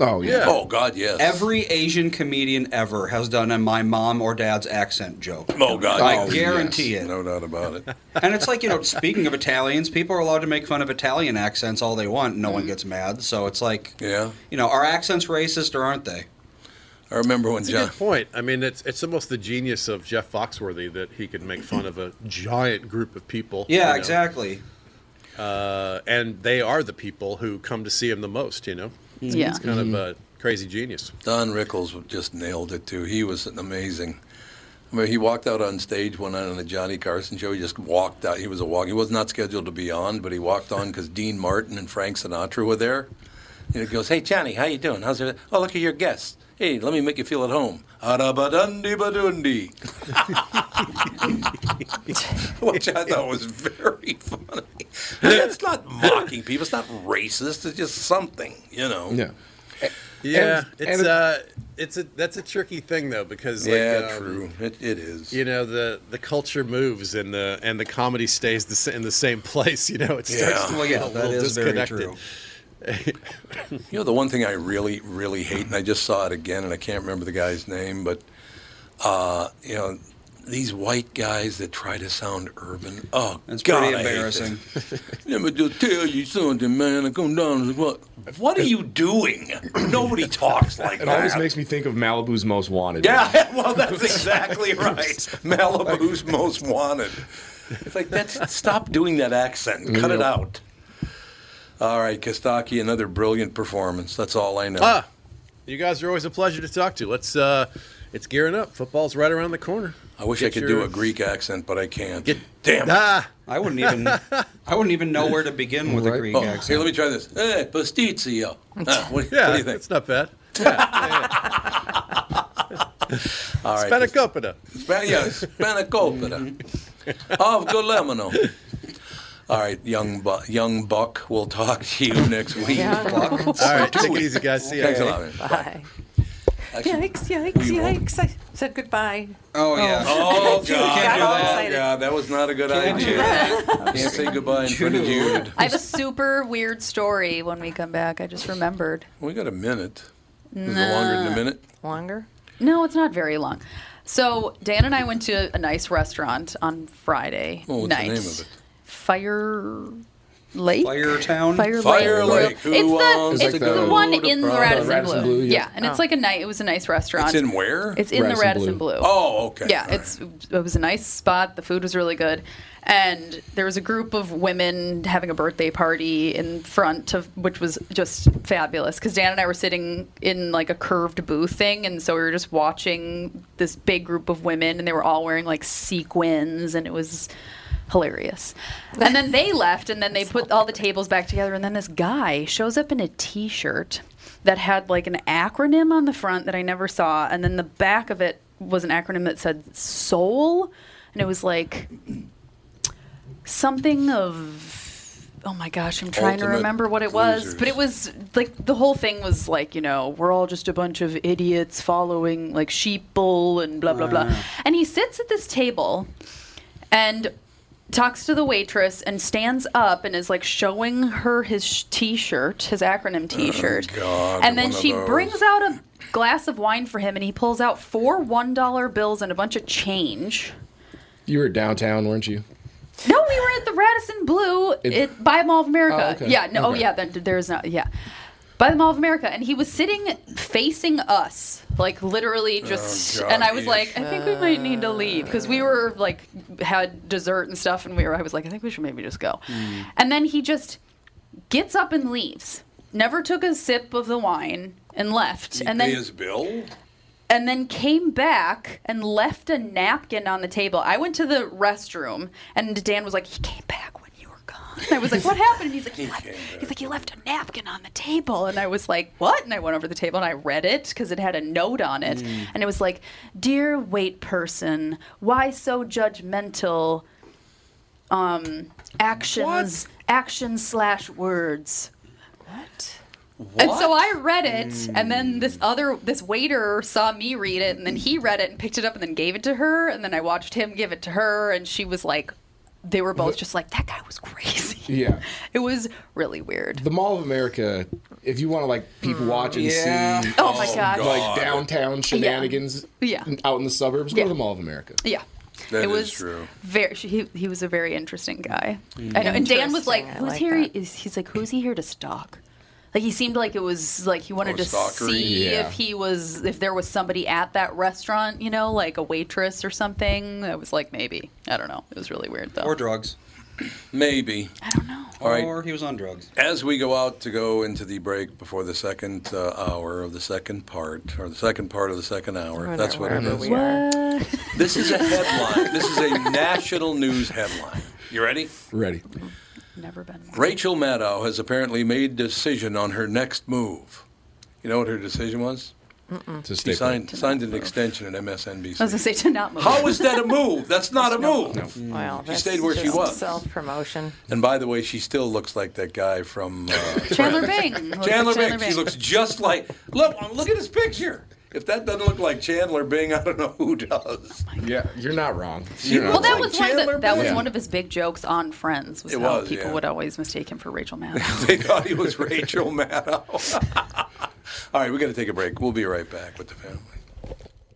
[SPEAKER 2] Oh yeah.
[SPEAKER 7] Yeah.
[SPEAKER 1] Oh, God, yes.
[SPEAKER 5] Every Asian comedian ever has done a my mom or dad's accent joke.
[SPEAKER 1] Oh, God.
[SPEAKER 5] I
[SPEAKER 1] yes.
[SPEAKER 5] guarantee it.
[SPEAKER 1] No doubt about it.
[SPEAKER 5] And it's like, you know, speaking of Italians, people are allowed to make fun of Italian accents all they want. No one gets mad. So it's like,
[SPEAKER 1] Mm-hmm. Yeah.
[SPEAKER 5] you know, are accents racist or aren't they?
[SPEAKER 1] I remember when
[SPEAKER 7] It's a
[SPEAKER 1] John.
[SPEAKER 7] good point. I mean, it's it's almost the genius of Jeff Foxworthy that he could make fun of a giant group of people.
[SPEAKER 5] Yeah,
[SPEAKER 7] you know,
[SPEAKER 5] exactly.
[SPEAKER 7] Uh, and they are the people who come to see him the most. You know,
[SPEAKER 3] Yeah.
[SPEAKER 7] it's kind of a crazy genius.
[SPEAKER 1] Don Rickles just nailed it too. He was amazing. I mean, he walked out on stage one night on the Johnny Carson show. He just walked out. He was a walk. He was not scheduled to be on, but he walked on because Dean Martin and Frank Sinatra were there. And he goes, "Hey Johnny, how you doing? How's it? Oh, look at your guests. Hey, let me make you feel at home." Arabadundi badundi, which I thought was very funny. That's not mocking people. It's not racist. It's just something, you know.
[SPEAKER 2] Yeah.
[SPEAKER 7] Yeah,
[SPEAKER 2] Mm-hmm. And-
[SPEAKER 7] it's
[SPEAKER 2] and-
[SPEAKER 7] uh, it's a that's a tricky thing though because like,
[SPEAKER 1] Yeah,
[SPEAKER 7] um,
[SPEAKER 1] true. It, it is.
[SPEAKER 7] You know the the culture moves and the and the comedy stays the, sa- in the same place. You know, it starts
[SPEAKER 1] Yeah.
[SPEAKER 7] to
[SPEAKER 5] Well, yeah,
[SPEAKER 7] get a
[SPEAKER 5] that
[SPEAKER 7] little
[SPEAKER 5] is very
[SPEAKER 7] disconnected.
[SPEAKER 5] true.
[SPEAKER 1] You know, the one thing I really, really hate, and I just saw it again, and I can't remember the guy's name, but, uh, you know, these white guys that try to sound urban. Oh,
[SPEAKER 5] It's
[SPEAKER 1] God,
[SPEAKER 5] pretty
[SPEAKER 1] I hate them.
[SPEAKER 5] embarrassing.
[SPEAKER 1] Let me just tell you something, man. I come down and what? What are you doing? Nobody talks like
[SPEAKER 2] It
[SPEAKER 1] that.
[SPEAKER 2] always makes me think of Malibu's Most Wanted.
[SPEAKER 1] Yeah, well, that's exactly right. Malibu's most wanted. It's like that's stop doing that accent. Cut it
[SPEAKER 2] Yep.
[SPEAKER 1] out. All right, Kostaki, another brilliant performance. That's all I know.
[SPEAKER 7] Ah, you guys are always a pleasure to talk to. Let's uh, it's gearing up. Football's right around the corner.
[SPEAKER 1] I wish I
[SPEAKER 7] Get
[SPEAKER 1] could
[SPEAKER 7] your-
[SPEAKER 1] do a Greek accent, but I can't.
[SPEAKER 7] Get
[SPEAKER 1] Damn. it.
[SPEAKER 7] ah.
[SPEAKER 5] I wouldn't even I wouldn't even know where to begin with a Greek
[SPEAKER 1] Oh,
[SPEAKER 5] accent.
[SPEAKER 1] here, let me try this. Hey, postizio. Uh, what,
[SPEAKER 7] Yeah,
[SPEAKER 1] what do you think?
[SPEAKER 7] it's not bad.
[SPEAKER 1] All right.
[SPEAKER 7] Spanakopita.
[SPEAKER 1] Span- yeah, Spanakopita. of Golemino. All right, young, bu- young Buck, we'll talk to you next week.
[SPEAKER 4] Yikes,
[SPEAKER 7] All right, take it easy, guys. See ya.
[SPEAKER 1] Thanks a lot. man.
[SPEAKER 4] Bye.
[SPEAKER 1] Actually-
[SPEAKER 4] yikes, yikes,
[SPEAKER 1] We won't.
[SPEAKER 4] yikes. I said goodbye.
[SPEAKER 5] Oh yeah.
[SPEAKER 1] Oh, God.
[SPEAKER 5] You can't do
[SPEAKER 4] all
[SPEAKER 5] that.
[SPEAKER 4] excited.
[SPEAKER 1] Yeah, that was not a good
[SPEAKER 5] Can't do
[SPEAKER 1] idea. Can't say goodbye in front of
[SPEAKER 5] Jude.
[SPEAKER 1] Jude.
[SPEAKER 3] I have a super weird story when we come back. I just remembered.
[SPEAKER 1] We got a minute. Is it longer than a minute?
[SPEAKER 4] Longer?
[SPEAKER 3] No, it's not very long. So Dan and I went to a nice restaurant on Friday
[SPEAKER 1] Oh, what's the
[SPEAKER 3] night.
[SPEAKER 1] name of it?
[SPEAKER 3] Fire Lake.
[SPEAKER 5] Firetown?
[SPEAKER 3] Fire,
[SPEAKER 1] Fire Lake. Who
[SPEAKER 3] it's the
[SPEAKER 1] owns
[SPEAKER 3] it's
[SPEAKER 2] the
[SPEAKER 3] the,
[SPEAKER 2] Blue
[SPEAKER 3] one in
[SPEAKER 1] Department?
[SPEAKER 3] Radisson,
[SPEAKER 2] Radisson
[SPEAKER 3] Blue.
[SPEAKER 2] Blue, yeah.
[SPEAKER 3] Yeah, and it's
[SPEAKER 4] Oh.
[SPEAKER 3] like a night. It was a nice
[SPEAKER 1] It's
[SPEAKER 3] restaurant.
[SPEAKER 1] in where?
[SPEAKER 3] It's in the
[SPEAKER 2] Radisson
[SPEAKER 3] Radisson Blue.
[SPEAKER 2] Blue.
[SPEAKER 1] Oh, okay.
[SPEAKER 3] Yeah, it's it was a nice spot. The food was really good, and there was a group of women having a birthday party in front of, which was just fabulous. Because Dan and I were sitting in like a curved booth thing, and so we were just watching this big group of women, and they were all wearing like sequins, and it was hilarious. And then they left, and then they put all the tables back together, and then this guy shows up in a T-shirt that had like an acronym on the front that I never saw, and then the back of it was an acronym that said SOUL, and it was like something of oh my gosh, I'm trying
[SPEAKER 1] Ultimate
[SPEAKER 3] to remember what it was,
[SPEAKER 1] Losers.
[SPEAKER 3] but it was like the whole thing was like you know we're all just a bunch of idiots following like sheeple and blah blah blah, and he sits at this table and talks to the waitress and stands up and is like showing her his sh- t-shirt his acronym t-shirt
[SPEAKER 1] God,
[SPEAKER 3] and then
[SPEAKER 1] Uh, one of
[SPEAKER 3] she
[SPEAKER 1] those.
[SPEAKER 3] brings out a glass of wine for him and he pulls out four one dollar bills and a bunch of change
[SPEAKER 2] You were downtown, weren't you?
[SPEAKER 3] no we were at the radisson blue it, by mall of america
[SPEAKER 2] Oh, okay.
[SPEAKER 3] yeah no oh
[SPEAKER 2] Okay.
[SPEAKER 3] yeah then there's not yeah by the Mall of America, and he was sitting facing us, like literally just.
[SPEAKER 1] Oh, God,
[SPEAKER 3] and I was
[SPEAKER 1] Ian.
[SPEAKER 3] like, I think we might need to leave because we were like had dessert and stuff, and we were. I was like, I think we should maybe just go.
[SPEAKER 5] Ah.
[SPEAKER 3] And then he just gets up and leaves. Never took a sip of the wine and left.
[SPEAKER 1] He
[SPEAKER 3] and then
[SPEAKER 1] pays bill?
[SPEAKER 3] and then came back and left a napkin on the table. I went to the restroom and Dan was like, "He came back when you were gone." And I was like, "What happened?" And he's like, "He, left,
[SPEAKER 1] came
[SPEAKER 3] he's like, he left a napkin on the table." And I was like, "What?" And I went over to the table and I read it because it had a note on it, and it was like, "Dear wait person, why so judgmental?" Um, actions, actions slash words. And so I read it, and
[SPEAKER 1] Hmm.
[SPEAKER 3] then this other this waiter saw me read it, and then he read it and picked it up and then gave it to her, and then I watched him give it to her, and she was like, they were both just like, that guy was crazy.
[SPEAKER 2] Yeah.
[SPEAKER 3] It was really weird. Hmm.
[SPEAKER 2] The Mall of America, if you want to like people watch and
[SPEAKER 5] Yeah.
[SPEAKER 2] see um,
[SPEAKER 3] Oh, my gosh.
[SPEAKER 1] God.
[SPEAKER 2] like downtown shenanigans
[SPEAKER 3] Yeah.
[SPEAKER 2] out in the suburbs, go
[SPEAKER 3] Yeah.
[SPEAKER 2] to the Mall of America.
[SPEAKER 3] Yeah.
[SPEAKER 1] That is
[SPEAKER 3] it was
[SPEAKER 1] true.
[SPEAKER 3] very. She, he, he was a very interesting guy. I know. And Dan was like,
[SPEAKER 4] Interesting. I
[SPEAKER 3] "Who's
[SPEAKER 4] like
[SPEAKER 3] here?
[SPEAKER 4] that.
[SPEAKER 3] Is he's like, who's he here to stalk?" Like he seemed like it was like he wanted
[SPEAKER 1] Oh,
[SPEAKER 3] to
[SPEAKER 1] stalkery?
[SPEAKER 3] see
[SPEAKER 2] Yeah.
[SPEAKER 3] if he was if there was somebody at that restaurant, you know, like a waitress or something. I was like, maybe I don't know. It was really weird though.
[SPEAKER 5] Or drugs.
[SPEAKER 1] Maybe.
[SPEAKER 3] I don't know.
[SPEAKER 1] All right.
[SPEAKER 5] Or he was on drugs.
[SPEAKER 1] As we go out to go into the break before the second uh, hour of the second part, or the second part of the second hour,
[SPEAKER 4] Or
[SPEAKER 1] that's what it
[SPEAKER 4] wherever
[SPEAKER 1] is.
[SPEAKER 4] we are.
[SPEAKER 1] This is a headline. this is a national news headline. You ready?
[SPEAKER 2] Ready.
[SPEAKER 3] Never been.
[SPEAKER 1] Rachel Maddow has apparently made decision on her next move. You know what her decision was?
[SPEAKER 2] To
[SPEAKER 1] She
[SPEAKER 2] stay
[SPEAKER 1] signed, signed an extension at MSNBC.
[SPEAKER 3] I was gonna say to not move.
[SPEAKER 1] How is that a move? That's not a move.
[SPEAKER 4] Well, Oh, that's
[SPEAKER 1] stayed where she
[SPEAKER 4] just
[SPEAKER 1] was.
[SPEAKER 4] Self-promotion.
[SPEAKER 1] And by the way, she still looks like that guy from uh,
[SPEAKER 3] Chandler Bing? Look at
[SPEAKER 1] Chandler Bing. She looks just like. Look, look at his picture. If that doesn't look like Chandler Bing, I don't know who does.
[SPEAKER 2] Yeah, you're not wrong.
[SPEAKER 1] You
[SPEAKER 2] You're not
[SPEAKER 3] Well, that
[SPEAKER 1] Like
[SPEAKER 2] wrong.
[SPEAKER 3] was one of the,
[SPEAKER 1] Chandler
[SPEAKER 3] that was
[SPEAKER 1] Bing.
[SPEAKER 3] one of his big jokes on Friends. Was
[SPEAKER 1] It
[SPEAKER 3] how
[SPEAKER 1] was,
[SPEAKER 3] people
[SPEAKER 1] yeah.
[SPEAKER 3] would always mistake him for Rachel Maddow.
[SPEAKER 1] They thought he was Rachel Maddow. All right, we got to take a break. We'll be right back with the family.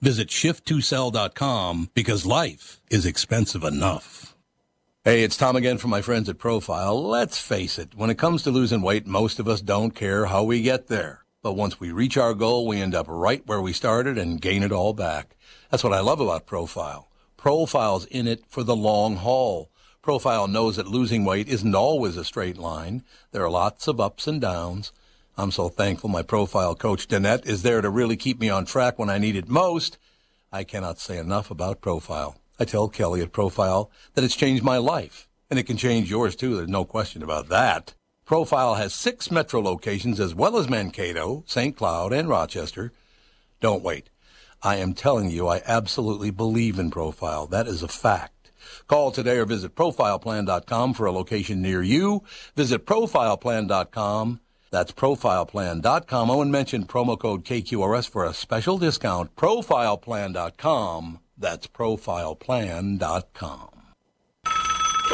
[SPEAKER 1] Visit shift2sell.com because life is expensive enough. Hey, it's Tom again from my friends at Profile. Let's face it, when it comes to losing weight, most of us don't care how we get there. But once we reach our goal, we end up right where we started and gain it all back. That's what I love about Profile. Profile's in it for the long haul. Profile knows that losing weight isn't always a straight line. There are lots of ups and downs. I'm so thankful my profile coach, Danette, is there to really keep me on track when I need it most. I cannot say enough about Profile. I tell Kelly at Profile that it's changed my life, and it can change yours too. There's no question about that. Profile has six metro locations as well as Mankato, St. Cloud, and Rochester. Don't wait. I am telling you, I absolutely believe in Profile. That is a fact. Call today or visit profileplan.com for a location near you. Visit profileplan.com. That's profileplan.com. Oh, and mention promo code KQRS for a special discount. Profileplan.com. That's profileplan.com.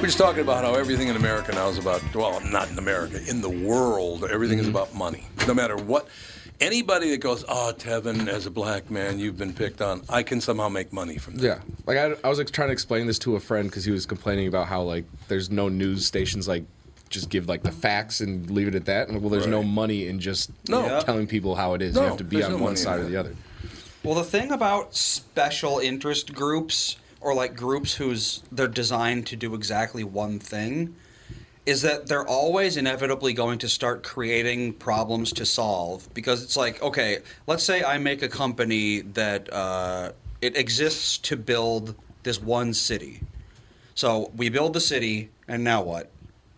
[SPEAKER 1] We're just talking about how everything in America now is about, well, not in America, in the world, everything is about money. No matter what, anybody that goes, oh, Tevin, as a black man, you've been picked on, I can somehow make money from
[SPEAKER 2] Yeah, like I, I was like, trying to explain this to a friend because he was complaining about how like there's no news stations like just give like the facts and leave it at that. And well, there's no
[SPEAKER 7] Right.
[SPEAKER 2] money in just
[SPEAKER 5] No. Yeah.
[SPEAKER 2] telling people how it is.
[SPEAKER 5] No,
[SPEAKER 2] you have to be
[SPEAKER 5] there's
[SPEAKER 2] on
[SPEAKER 5] no
[SPEAKER 2] one
[SPEAKER 5] money in
[SPEAKER 2] side or
[SPEAKER 5] that.
[SPEAKER 2] the other.
[SPEAKER 5] Well, the thing about special interest groups or like groups whose they're designed to do exactly one thing is that they're always inevitably going to start creating problems to solve because it's like okay let's say i make a company that uh, it exists to build this one city so we build the city and now what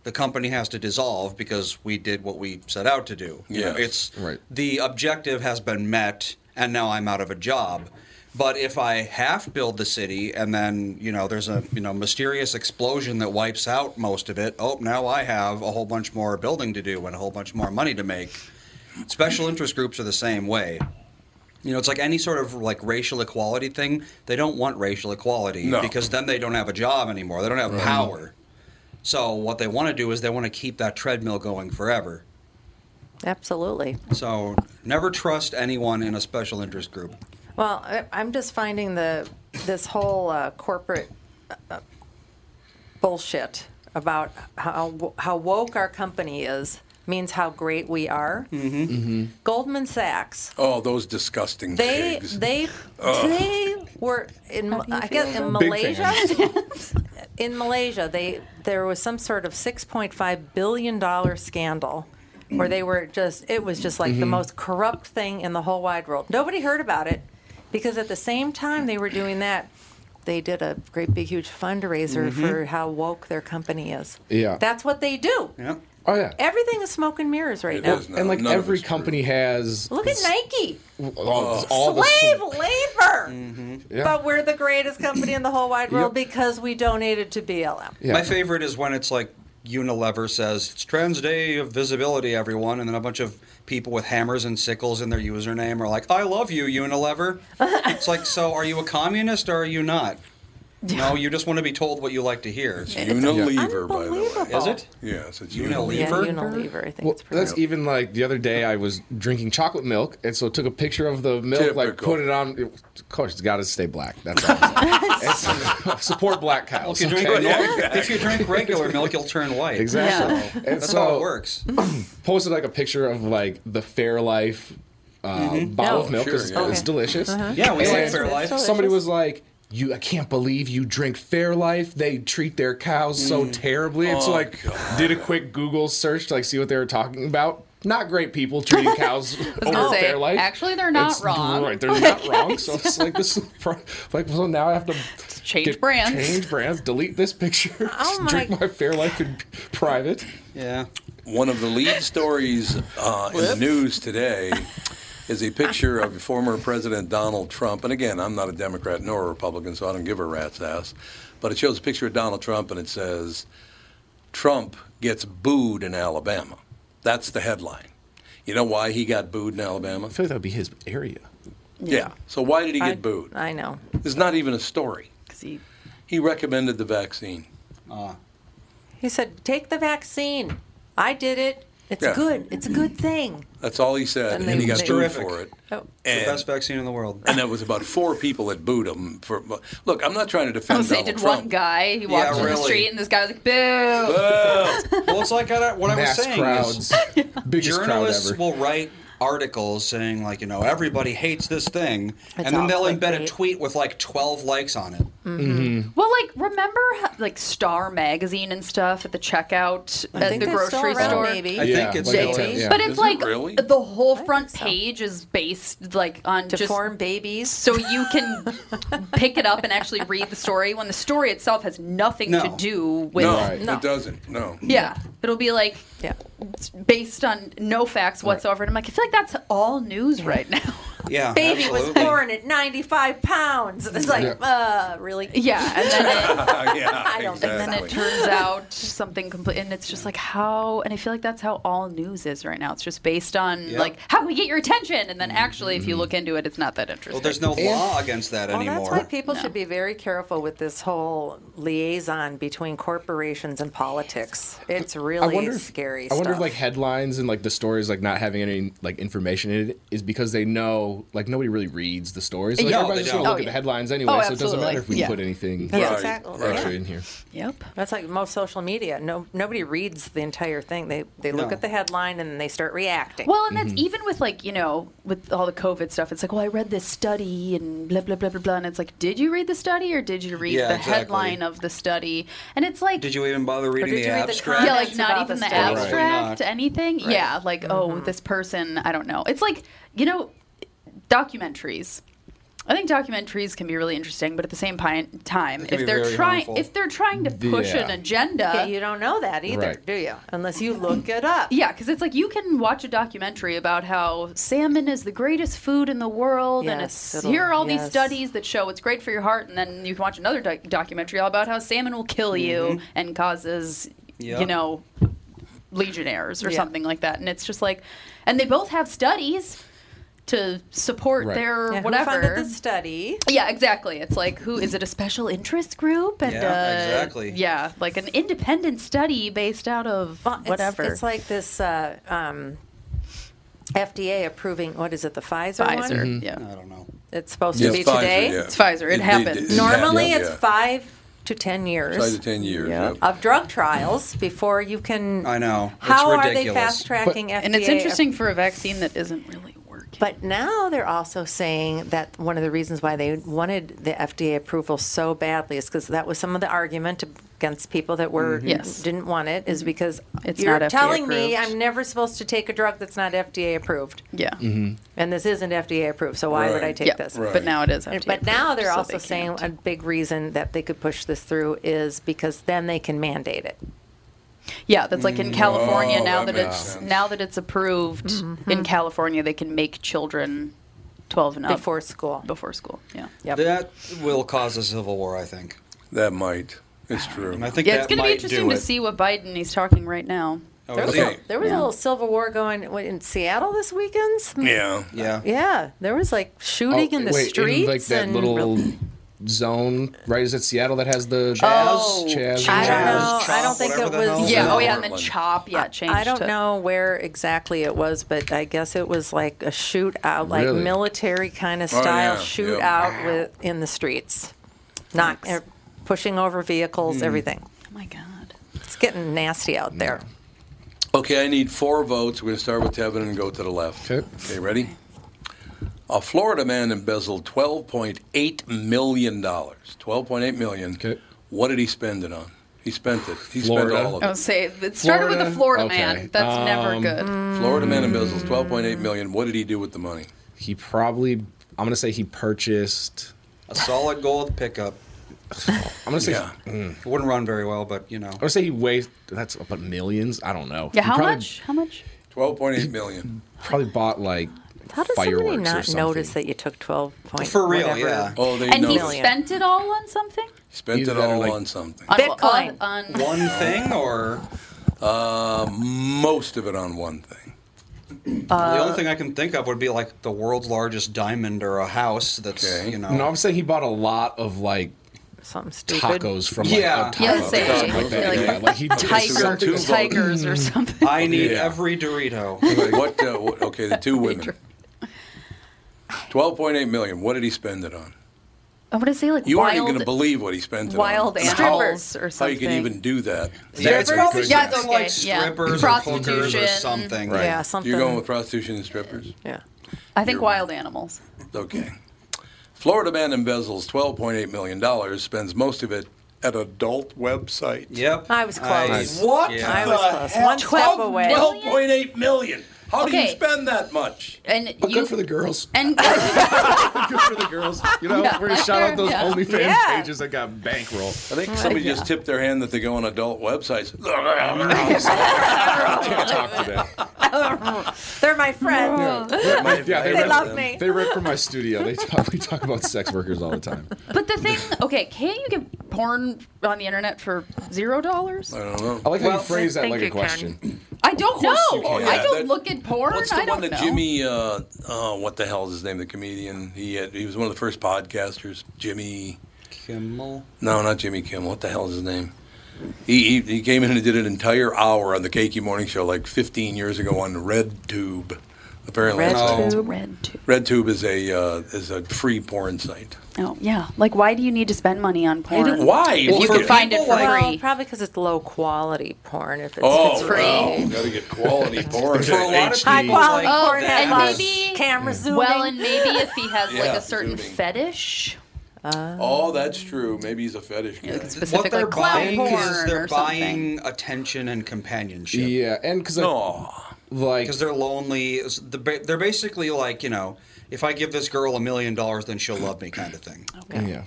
[SPEAKER 5] the company has to dissolve because we did what we set out to do You know,
[SPEAKER 7] Yes.
[SPEAKER 5] it's the objective has been met and now i'm out of a job but if i half build the city and then you know there's a you know mysterious explosion that wipes out most of it oh now i have a whole bunch more building to do and a whole bunch more money to make special interest groups are the same way you know it's like any sort of like racial equality thing they don't want racial equality
[SPEAKER 7] No.
[SPEAKER 5] because then they don't have a job anymore they don't have
[SPEAKER 7] Right.
[SPEAKER 5] power so what they want to do is they want to keep that treadmill going forever
[SPEAKER 4] Absolutely.
[SPEAKER 5] so never trust anyone in a special interest group.
[SPEAKER 4] Well, I, I'm just finding the this whole uh, corporate uh, uh, bullshit about how wo- how woke our company is means how great we are.
[SPEAKER 1] Mm-hmm. mm-hmm.
[SPEAKER 4] Goldman Sachs.
[SPEAKER 1] Oh, those disgusting
[SPEAKER 4] They
[SPEAKER 1] pigs.
[SPEAKER 4] they
[SPEAKER 1] Ugh.
[SPEAKER 4] they were in
[SPEAKER 3] How do you
[SPEAKER 4] I
[SPEAKER 3] feel
[SPEAKER 4] guess in
[SPEAKER 3] about that? Big
[SPEAKER 4] Malaysia. in Malaysia, they there was some sort of 6.5 billion dollar scandal where they were just it was just like the
[SPEAKER 8] Mhm.
[SPEAKER 4] most corrupt thing in the whole wide world. Nobody heard about it because at the same time they were doing that, they did a great big huge fundraiser
[SPEAKER 2] Mhm.
[SPEAKER 4] for how woke their company is.
[SPEAKER 2] Yeah.
[SPEAKER 4] That's what they do.
[SPEAKER 5] Yeah.
[SPEAKER 2] Oh yeah.
[SPEAKER 4] Everything is smoke and mirrors right now.
[SPEAKER 2] and like every company has.
[SPEAKER 4] Look at Nike.
[SPEAKER 2] all, Oh, all the
[SPEAKER 4] Slave labor.
[SPEAKER 2] Yeah.
[SPEAKER 4] But we're the greatest company in the whole wide world because we donated to BLM.
[SPEAKER 5] My favorite is when it's like Unilever says it's Trans Day of Visibility, everyone, and then a bunch of people with hammers and sickles in their username are like, "I love you, Unilever." it's like, so are you a communist or are you not? No, you just want to be told what you like to hear.
[SPEAKER 1] It's Unilever, by the way.
[SPEAKER 5] Is it?
[SPEAKER 1] Yeah, it's
[SPEAKER 5] Unilever?
[SPEAKER 4] Yeah, Unilever, I think
[SPEAKER 2] Well,
[SPEAKER 4] it's pronounced.
[SPEAKER 2] that's even like the other day I was drinking chocolate milk, and so took a picture of the milk, like
[SPEAKER 1] Typical.
[SPEAKER 2] put it on. Of course, it's got to stay black. That's all. It's- support black
[SPEAKER 5] Well,
[SPEAKER 2] cows.
[SPEAKER 5] if, you drink,
[SPEAKER 2] okay?
[SPEAKER 5] normal- if you drink regular milk, you'll turn white.
[SPEAKER 2] Exactly.
[SPEAKER 5] So,
[SPEAKER 2] And
[SPEAKER 5] that's
[SPEAKER 2] so-
[SPEAKER 5] how it works.
[SPEAKER 2] Posted like a picture of like the Fairlife uh, bottle
[SPEAKER 4] No.
[SPEAKER 2] of milk.
[SPEAKER 1] Oh, Sure, yeah.
[SPEAKER 2] it's, it's
[SPEAKER 4] Mm-hmm. Okay.
[SPEAKER 2] delicious.
[SPEAKER 5] Yeah, we like
[SPEAKER 2] And
[SPEAKER 5] Fairlife.
[SPEAKER 4] That's
[SPEAKER 2] Somebody
[SPEAKER 4] delicious.
[SPEAKER 2] was like. You, I can't believe you drink Fairlife. They treat their cows so
[SPEAKER 3] Mm.
[SPEAKER 2] terribly. It's
[SPEAKER 1] Oh,
[SPEAKER 2] like did a quick Google search to like see what they were talking about. Not great people treating cows
[SPEAKER 3] I was
[SPEAKER 2] over
[SPEAKER 3] gonna say,
[SPEAKER 2] Fairlife.
[SPEAKER 3] actually, they're not
[SPEAKER 2] It's
[SPEAKER 3] wrong.
[SPEAKER 2] Right, they're not wrong. So it's like this, is pro- like so now I have to
[SPEAKER 3] change
[SPEAKER 2] get-
[SPEAKER 3] brands.
[SPEAKER 2] change brands, delete this picture,
[SPEAKER 4] Oh my-
[SPEAKER 2] drink my Fairlife in private.
[SPEAKER 5] Yeah.
[SPEAKER 1] One of the lead stories uh, in the news today is a picture of former President Donald Trump. And again, I'm not a Democrat nor a Republican, so I don't give a rat's ass. But it shows a picture of Donald Trump and it says, Trump gets booed in Alabama. That's the headline. You know why he got booed in Alabama?
[SPEAKER 2] I feel like that would be his area.
[SPEAKER 1] Yeah. So why did he get
[SPEAKER 4] I-
[SPEAKER 1] booed?
[SPEAKER 4] I know.
[SPEAKER 1] It's not even a story.
[SPEAKER 3] 'Cause he-
[SPEAKER 1] He recommended the vaccine.
[SPEAKER 4] He said, "Take the vaccine. I did it. It's
[SPEAKER 1] Yeah.
[SPEAKER 4] good. It's a good thing."
[SPEAKER 1] That's all he said, and,
[SPEAKER 4] And
[SPEAKER 1] he
[SPEAKER 4] they-
[SPEAKER 1] got
[SPEAKER 4] they-
[SPEAKER 1] booed
[SPEAKER 5] Terrific.
[SPEAKER 1] for it.
[SPEAKER 4] Oh.
[SPEAKER 5] The
[SPEAKER 1] And,
[SPEAKER 5] best vaccine in the world.
[SPEAKER 1] and there was about four people that booed him. For look, I'm not trying to
[SPEAKER 3] I
[SPEAKER 1] defend
[SPEAKER 3] was gonna say,
[SPEAKER 1] Donald
[SPEAKER 3] did
[SPEAKER 1] Trump.
[SPEAKER 3] one guy? He walked in the
[SPEAKER 5] really.
[SPEAKER 3] street, and this guy was like, "Boo!"
[SPEAKER 1] Oh,
[SPEAKER 5] Well, it's like I, what I was
[SPEAKER 2] Mass
[SPEAKER 5] saying.
[SPEAKER 2] crowds,
[SPEAKER 5] Is
[SPEAKER 2] biggest crowd
[SPEAKER 5] journalists
[SPEAKER 2] ever.
[SPEAKER 5] will write articles saying like you know everybody hates this thing and then
[SPEAKER 4] all
[SPEAKER 5] they'll embed a
[SPEAKER 4] clickbait.
[SPEAKER 5] tweet with like 12 likes on it
[SPEAKER 4] Mm-hmm.
[SPEAKER 3] Well, like remember how, like Star Magazine and stuff at the checkout
[SPEAKER 4] I
[SPEAKER 3] at
[SPEAKER 4] think
[SPEAKER 3] the
[SPEAKER 4] they're still
[SPEAKER 3] grocery
[SPEAKER 4] around,
[SPEAKER 3] store.
[SPEAKER 4] maybe.
[SPEAKER 5] i
[SPEAKER 2] Yeah,
[SPEAKER 5] think it's
[SPEAKER 2] like
[SPEAKER 5] still
[SPEAKER 4] a
[SPEAKER 5] is.
[SPEAKER 4] Yeah.
[SPEAKER 3] But it's
[SPEAKER 1] Is it
[SPEAKER 3] like
[SPEAKER 1] really?
[SPEAKER 3] the whole front
[SPEAKER 4] so.
[SPEAKER 3] page is based like on
[SPEAKER 4] To
[SPEAKER 3] just
[SPEAKER 4] form babies.
[SPEAKER 3] so you can pick it up and actually read the story when the story itself has nothing
[SPEAKER 5] No.
[SPEAKER 3] to do with
[SPEAKER 1] no,
[SPEAKER 2] Right.
[SPEAKER 4] No.
[SPEAKER 1] it doesn't. No.
[SPEAKER 3] yeah it'll be like
[SPEAKER 4] yeah.
[SPEAKER 3] based on no facts whatsoever and i'm like i feel like that's all news right now
[SPEAKER 5] yeah
[SPEAKER 4] Baby
[SPEAKER 5] absolutely.
[SPEAKER 4] was born at 95 pounds. It's like, uh, really?
[SPEAKER 3] yeah and then it,
[SPEAKER 1] yeah,
[SPEAKER 4] I don't think
[SPEAKER 3] and then it
[SPEAKER 1] exactly.
[SPEAKER 3] turns out something complete and it's just like how and i feel like that's how all news is right now it's just based on
[SPEAKER 5] Yep.
[SPEAKER 3] like how can we get your attention and then actually if you
[SPEAKER 5] Mm-hmm.
[SPEAKER 3] look into it it's not that interesting
[SPEAKER 5] well there's no law against that
[SPEAKER 4] Well,
[SPEAKER 5] anymore
[SPEAKER 4] Oh, that's why people should be very careful with this whole liaison between corporations and politics. It's really scary
[SPEAKER 2] I wonder if
[SPEAKER 4] stuff.
[SPEAKER 2] like headlines and like the stories like not having any like information in it is because they know like nobody really reads the stories. Like,
[SPEAKER 5] No,
[SPEAKER 2] everybody's
[SPEAKER 5] they
[SPEAKER 2] just gonna
[SPEAKER 5] don't.
[SPEAKER 2] look
[SPEAKER 3] Oh,
[SPEAKER 2] at
[SPEAKER 3] yeah.
[SPEAKER 2] the headlines anyway,
[SPEAKER 3] Oh,
[SPEAKER 2] so it doesn't
[SPEAKER 3] absolutely.
[SPEAKER 2] matter if we
[SPEAKER 3] Yeah.
[SPEAKER 2] put anything
[SPEAKER 4] That's
[SPEAKER 1] Right,
[SPEAKER 4] exactly.
[SPEAKER 1] right.
[SPEAKER 2] actually in here.
[SPEAKER 3] yep
[SPEAKER 4] That's like most social media. No, nobody reads the entire thing. They they look
[SPEAKER 5] No.
[SPEAKER 4] at the headline and they start reacting.
[SPEAKER 3] Well, and
[SPEAKER 1] Mm-hmm.
[SPEAKER 3] that's even with like, you know, with all the COVID stuff, it's like, well, I read this study and blah, blah, blah, blah, blah. And it's like, did you read the study or did you read
[SPEAKER 5] Yeah,
[SPEAKER 3] the
[SPEAKER 5] exactly.
[SPEAKER 3] headline of the study? And it's like,
[SPEAKER 5] did you even bother reading
[SPEAKER 4] did
[SPEAKER 5] the
[SPEAKER 4] you read the
[SPEAKER 5] abstract
[SPEAKER 3] yeah, like
[SPEAKER 4] Comments
[SPEAKER 3] not
[SPEAKER 4] about
[SPEAKER 3] even
[SPEAKER 4] the
[SPEAKER 3] the
[SPEAKER 4] study. Right.
[SPEAKER 3] abstract,
[SPEAKER 5] Probably not.
[SPEAKER 3] anything. Yeah, like,
[SPEAKER 5] Mm-hmm.
[SPEAKER 3] oh, this person, I don't know. It's like, you know, documentaries. I think documentaries can be really interesting, but at the same pi- time,
[SPEAKER 5] can
[SPEAKER 3] if
[SPEAKER 5] be
[SPEAKER 3] they're
[SPEAKER 5] very
[SPEAKER 3] trying,
[SPEAKER 5] harmful.
[SPEAKER 3] if they're trying to push
[SPEAKER 2] Yeah.
[SPEAKER 3] an agenda,
[SPEAKER 4] Okay, you don't know that either,
[SPEAKER 2] Right.
[SPEAKER 4] do you? Unless you look it up.
[SPEAKER 3] Yeah, because it's like you can watch a documentary about how salmon is the greatest food in the world, and
[SPEAKER 4] Yes,
[SPEAKER 3] it's
[SPEAKER 4] it'll-
[SPEAKER 3] here are all these
[SPEAKER 4] yes.
[SPEAKER 3] studies that show it's great for your heart, and then you can watch another doc- documentary all about how salmon will kill
[SPEAKER 5] Mm-hmm.
[SPEAKER 3] you and causes,
[SPEAKER 5] Yeah.
[SPEAKER 3] you know, legionnaires or
[SPEAKER 4] Yeah.
[SPEAKER 3] something like that, and it's just like, and they both have studies to support
[SPEAKER 2] Right.
[SPEAKER 3] their
[SPEAKER 4] Yeah,
[SPEAKER 3] whatever.
[SPEAKER 4] Who funded the study?
[SPEAKER 3] Yeah, exactly. It's like, who is it a special interest group? And,
[SPEAKER 5] Yeah,
[SPEAKER 3] uh,
[SPEAKER 5] exactly.
[SPEAKER 3] Yeah, like an independent study based out of
[SPEAKER 4] Well, it's-
[SPEAKER 3] whatever.
[SPEAKER 4] It's, like this uh, um, FDA approving what is it? The Pfizer, one?
[SPEAKER 3] Pfizer.
[SPEAKER 1] Mm-hmm.
[SPEAKER 3] Yeah.
[SPEAKER 5] i don't know
[SPEAKER 4] It's supposed
[SPEAKER 1] Yeah,
[SPEAKER 4] to be
[SPEAKER 1] Pfizer,
[SPEAKER 4] today.
[SPEAKER 1] yeah.
[SPEAKER 3] It's Pfizer. It happened.
[SPEAKER 4] Normally,
[SPEAKER 1] happened,
[SPEAKER 4] it's
[SPEAKER 1] yeah.
[SPEAKER 4] five to ten years.
[SPEAKER 1] Five to ten years.
[SPEAKER 4] Yeah.
[SPEAKER 1] yep.
[SPEAKER 4] of drug trials before you can.
[SPEAKER 5] I know. It's
[SPEAKER 4] How are they
[SPEAKER 5] ridiculous.
[SPEAKER 4] fast tracking FDA?
[SPEAKER 3] And it's interesting for a vaccine that isn't really working.
[SPEAKER 4] But now they're also saying that one of the reasons why they wanted the FDA approval so badly is because that was some of the argument against people that were
[SPEAKER 3] Mm-hmm. Yes. Mm-hmm.
[SPEAKER 4] didn't want it is because
[SPEAKER 3] It's
[SPEAKER 4] you're
[SPEAKER 3] not FDA
[SPEAKER 4] telling me
[SPEAKER 3] approved.
[SPEAKER 4] I'm never supposed to take a drug that's not FDA approved,
[SPEAKER 3] yeah.
[SPEAKER 4] and this isn't FDA approved. So why would I
[SPEAKER 1] Right.
[SPEAKER 4] take
[SPEAKER 3] yeah.
[SPEAKER 4] this?
[SPEAKER 1] Right.
[SPEAKER 3] But now it is. FDA
[SPEAKER 4] But now
[SPEAKER 3] approved,
[SPEAKER 4] they're
[SPEAKER 3] so
[SPEAKER 4] also
[SPEAKER 3] they
[SPEAKER 4] saying
[SPEAKER 3] can't.
[SPEAKER 4] a big reason that they could push this through is because then they can mandate it.
[SPEAKER 3] yeah, that's like in California
[SPEAKER 1] Oh,
[SPEAKER 3] now
[SPEAKER 1] that
[SPEAKER 3] that,
[SPEAKER 1] makes
[SPEAKER 3] it's
[SPEAKER 1] sense.
[SPEAKER 3] now that it's approved
[SPEAKER 4] Mm-hmm.
[SPEAKER 3] in California, they can make children 12 and up
[SPEAKER 4] Before school.
[SPEAKER 3] Before school. Yeah.
[SPEAKER 4] Yep.
[SPEAKER 5] that will cause a civil war i think
[SPEAKER 1] That might. It's true.
[SPEAKER 5] and i think
[SPEAKER 3] Yeah,
[SPEAKER 5] that
[SPEAKER 3] it's going to
[SPEAKER 5] might
[SPEAKER 3] be
[SPEAKER 5] do
[SPEAKER 3] interesting to
[SPEAKER 5] it.
[SPEAKER 3] see what Biden he's talking right now.
[SPEAKER 5] Oh,
[SPEAKER 4] There was,
[SPEAKER 5] is it?
[SPEAKER 1] Okay.
[SPEAKER 4] a, there was
[SPEAKER 3] Yeah.
[SPEAKER 4] a little civil war going what, in Seattle this weekend.
[SPEAKER 1] Yeah.
[SPEAKER 5] yeah
[SPEAKER 4] Yeah, there was like shooting
[SPEAKER 2] Oh,
[SPEAKER 4] in the
[SPEAKER 2] wait,
[SPEAKER 4] streets
[SPEAKER 2] like that
[SPEAKER 4] and
[SPEAKER 2] little zone right? Is it Seattle that has the
[SPEAKER 3] Oh,
[SPEAKER 2] Chaz?
[SPEAKER 4] I
[SPEAKER 2] Chaz,
[SPEAKER 4] don't know.
[SPEAKER 2] Chaz,
[SPEAKER 4] I don't think it
[SPEAKER 2] whatever the hell
[SPEAKER 4] was.
[SPEAKER 3] Yeah. Oh yeah, and then Chop. Yeah, changed.
[SPEAKER 4] I don't
[SPEAKER 3] to-
[SPEAKER 4] know where exactly it was, but I guess it was like a shootout, like
[SPEAKER 2] Really?
[SPEAKER 4] military kind of
[SPEAKER 1] Oh,
[SPEAKER 4] style
[SPEAKER 1] yeah,
[SPEAKER 4] shootout
[SPEAKER 1] yeah.
[SPEAKER 4] with in the streets, not er, pushing over vehicles, everything.
[SPEAKER 3] Oh my god.
[SPEAKER 4] It's getting nasty out there.
[SPEAKER 1] Okay, I need four votes. We're going to start with Tevin and go to the left.
[SPEAKER 2] Okay.
[SPEAKER 1] Okay, ready? A Florida man embezzled $12.8 million. $12.8 million.
[SPEAKER 2] Okay.
[SPEAKER 1] What did he spend it on? He spent it. He
[SPEAKER 2] Florida.
[SPEAKER 1] spent all of
[SPEAKER 3] I
[SPEAKER 1] it.
[SPEAKER 3] would say Oh, it started with the Florida
[SPEAKER 2] Florida? Okay.
[SPEAKER 3] man. That's never
[SPEAKER 2] Um,
[SPEAKER 3] good.
[SPEAKER 1] Florida man embezzles $12.8 million. What did he do with the money?
[SPEAKER 2] He probably. I'm gonna say he purchased.
[SPEAKER 5] A solid gold pickup.
[SPEAKER 2] I'm gonna say.
[SPEAKER 1] Yeah.
[SPEAKER 2] I'm
[SPEAKER 5] It wouldn't run very well, but you know.
[SPEAKER 2] gonna say he weighed. That's about millions. I don't know.
[SPEAKER 3] Yeah.
[SPEAKER 2] He
[SPEAKER 3] How
[SPEAKER 2] probably,
[SPEAKER 3] much? How much?
[SPEAKER 1] $12.8 million.
[SPEAKER 2] Probably bought like
[SPEAKER 4] How does
[SPEAKER 2] fireworks
[SPEAKER 4] somebody
[SPEAKER 2] or
[SPEAKER 4] not
[SPEAKER 2] something.
[SPEAKER 4] notice that you took twelve point
[SPEAKER 5] For real,
[SPEAKER 4] whatever?
[SPEAKER 5] yeah.
[SPEAKER 1] Oh, they
[SPEAKER 3] And
[SPEAKER 1] know.
[SPEAKER 3] he
[SPEAKER 4] Million.
[SPEAKER 3] spent it all on something.
[SPEAKER 1] spent
[SPEAKER 2] Either
[SPEAKER 1] it
[SPEAKER 2] that or
[SPEAKER 1] all
[SPEAKER 2] like-
[SPEAKER 1] on something.
[SPEAKER 3] On,
[SPEAKER 4] Bitcoin.
[SPEAKER 3] On, on-
[SPEAKER 5] One thing or
[SPEAKER 1] Uh, Most of it on one thing.
[SPEAKER 5] the
[SPEAKER 2] Uh,
[SPEAKER 5] only thing I can think of would be like the world's largest diamond or a house that's
[SPEAKER 1] Okay.
[SPEAKER 5] you know
[SPEAKER 2] No, I'm saying he bought a lot of like
[SPEAKER 4] Something stupid.
[SPEAKER 2] tacos from like
[SPEAKER 5] Yeah.
[SPEAKER 2] a taco
[SPEAKER 3] Yeah,
[SPEAKER 2] or
[SPEAKER 3] say-
[SPEAKER 2] something like that.
[SPEAKER 3] like-
[SPEAKER 2] yeah, like he did
[SPEAKER 3] tiger,
[SPEAKER 2] something-
[SPEAKER 3] tigers or something.
[SPEAKER 5] I need
[SPEAKER 1] Yeah.
[SPEAKER 5] every Dorito.
[SPEAKER 1] Anyway, what, uh, what? Okay, the two women. $12.8 million. What did he spend it on?
[SPEAKER 3] I want to say like
[SPEAKER 1] You aren't even
[SPEAKER 3] wild,
[SPEAKER 1] going to believe what he spent it on.
[SPEAKER 3] wild animals
[SPEAKER 4] Strippers.
[SPEAKER 3] or
[SPEAKER 1] How
[SPEAKER 3] something.
[SPEAKER 1] you can even do that?
[SPEAKER 5] Yeah, it's
[SPEAKER 3] Strippers?
[SPEAKER 5] probably
[SPEAKER 3] Yeah, it's
[SPEAKER 5] something
[SPEAKER 3] okay,
[SPEAKER 5] like
[SPEAKER 3] yeah.
[SPEAKER 5] strippers or hookers or
[SPEAKER 3] Prostitution.
[SPEAKER 5] something.
[SPEAKER 4] Yeah, something.
[SPEAKER 1] You're going with prostitution and strippers?
[SPEAKER 4] yeah.
[SPEAKER 3] I think wild animals.
[SPEAKER 1] Okay. Florida man embezzles $12.8 million, spends most of it at adult website.
[SPEAKER 5] Yep.
[SPEAKER 4] I was close.
[SPEAKER 5] I-
[SPEAKER 1] What
[SPEAKER 5] Yeah.
[SPEAKER 4] I was close. One step away.
[SPEAKER 1] $12.8 million. How do you
[SPEAKER 3] Okay.
[SPEAKER 1] spend that much?
[SPEAKER 3] And
[SPEAKER 2] But
[SPEAKER 3] you
[SPEAKER 2] good for the girls.
[SPEAKER 3] and
[SPEAKER 2] Good for the girls. You know,
[SPEAKER 3] Yeah.
[SPEAKER 2] we're gonna shout out those
[SPEAKER 3] Yeah.
[SPEAKER 2] OnlyFans
[SPEAKER 4] Uh, Yeah.
[SPEAKER 2] pages that got bankroll.
[SPEAKER 1] I think somebody just tipped their hand that they go on adult websites.
[SPEAKER 2] Talk to them.
[SPEAKER 4] They're my friends.
[SPEAKER 2] Yeah, they,
[SPEAKER 4] They
[SPEAKER 2] rent-
[SPEAKER 4] love me.
[SPEAKER 2] They rent from my studio. They talk, we talk about sex workers all the time.
[SPEAKER 3] but the thing, okay, can't you get porn on the internet for zero dollars?
[SPEAKER 1] I don't know.
[SPEAKER 2] I like how you phrase that
[SPEAKER 4] think
[SPEAKER 2] like a
[SPEAKER 4] you can.
[SPEAKER 2] question.
[SPEAKER 3] I don't know.
[SPEAKER 1] can.
[SPEAKER 3] I
[SPEAKER 1] Yeah,
[SPEAKER 3] don't
[SPEAKER 1] that-
[SPEAKER 3] look at porn.
[SPEAKER 1] What's the
[SPEAKER 3] I
[SPEAKER 1] one
[SPEAKER 3] don't
[SPEAKER 1] that
[SPEAKER 3] know.
[SPEAKER 1] Jimmy? Uh, oh, what the hell is his name? The comedian. He had, he was one of the first podcasters. Jimmy.
[SPEAKER 5] Kimmel.
[SPEAKER 1] No, not Jimmy Kimmel. What the hell is his name? He, he he came in and did an entire hour on the Cakey Morning Show like 15 years ago on RedTube. Apparently,
[SPEAKER 4] Red
[SPEAKER 1] it's-
[SPEAKER 4] tube.
[SPEAKER 3] Red too.
[SPEAKER 1] RedTube is a uh, is a free porn site.
[SPEAKER 3] Oh yeah. Like, why do you need to spend money on
[SPEAKER 1] I
[SPEAKER 3] porn?
[SPEAKER 1] don't- Why?
[SPEAKER 3] If you
[SPEAKER 5] for
[SPEAKER 3] can find it
[SPEAKER 5] people
[SPEAKER 3] for
[SPEAKER 5] like-
[SPEAKER 4] Well,
[SPEAKER 3] free.
[SPEAKER 4] probably because it's low quality porn. If it's,
[SPEAKER 1] Oh,
[SPEAKER 4] it's
[SPEAKER 3] free.
[SPEAKER 1] Wow. Gotta get quality porn.
[SPEAKER 5] For a lot of
[SPEAKER 4] high
[SPEAKER 5] people,
[SPEAKER 4] quality
[SPEAKER 5] like,
[SPEAKER 4] porn
[SPEAKER 5] that
[SPEAKER 4] has
[SPEAKER 3] and
[SPEAKER 4] a lot of
[SPEAKER 3] maybe-
[SPEAKER 4] camera zooming.
[SPEAKER 3] Well, and maybe if he has
[SPEAKER 1] Yeah,
[SPEAKER 3] like a certain
[SPEAKER 1] zooming.
[SPEAKER 3] fetish,
[SPEAKER 1] oh, that's true. Maybe he's a fetish guy.
[SPEAKER 3] like
[SPEAKER 5] what
[SPEAKER 3] specific
[SPEAKER 5] they're
[SPEAKER 3] like clown
[SPEAKER 5] buying
[SPEAKER 3] porn
[SPEAKER 5] is they're
[SPEAKER 3] or something.
[SPEAKER 5] buying attention and companionship.
[SPEAKER 2] Yeah, and because
[SPEAKER 1] Aw.
[SPEAKER 2] like
[SPEAKER 5] because they're lonely. It's the ba- They're basically like you know, if I give this girl a million dollars, then she'll love me, kind of thing.
[SPEAKER 2] yeah.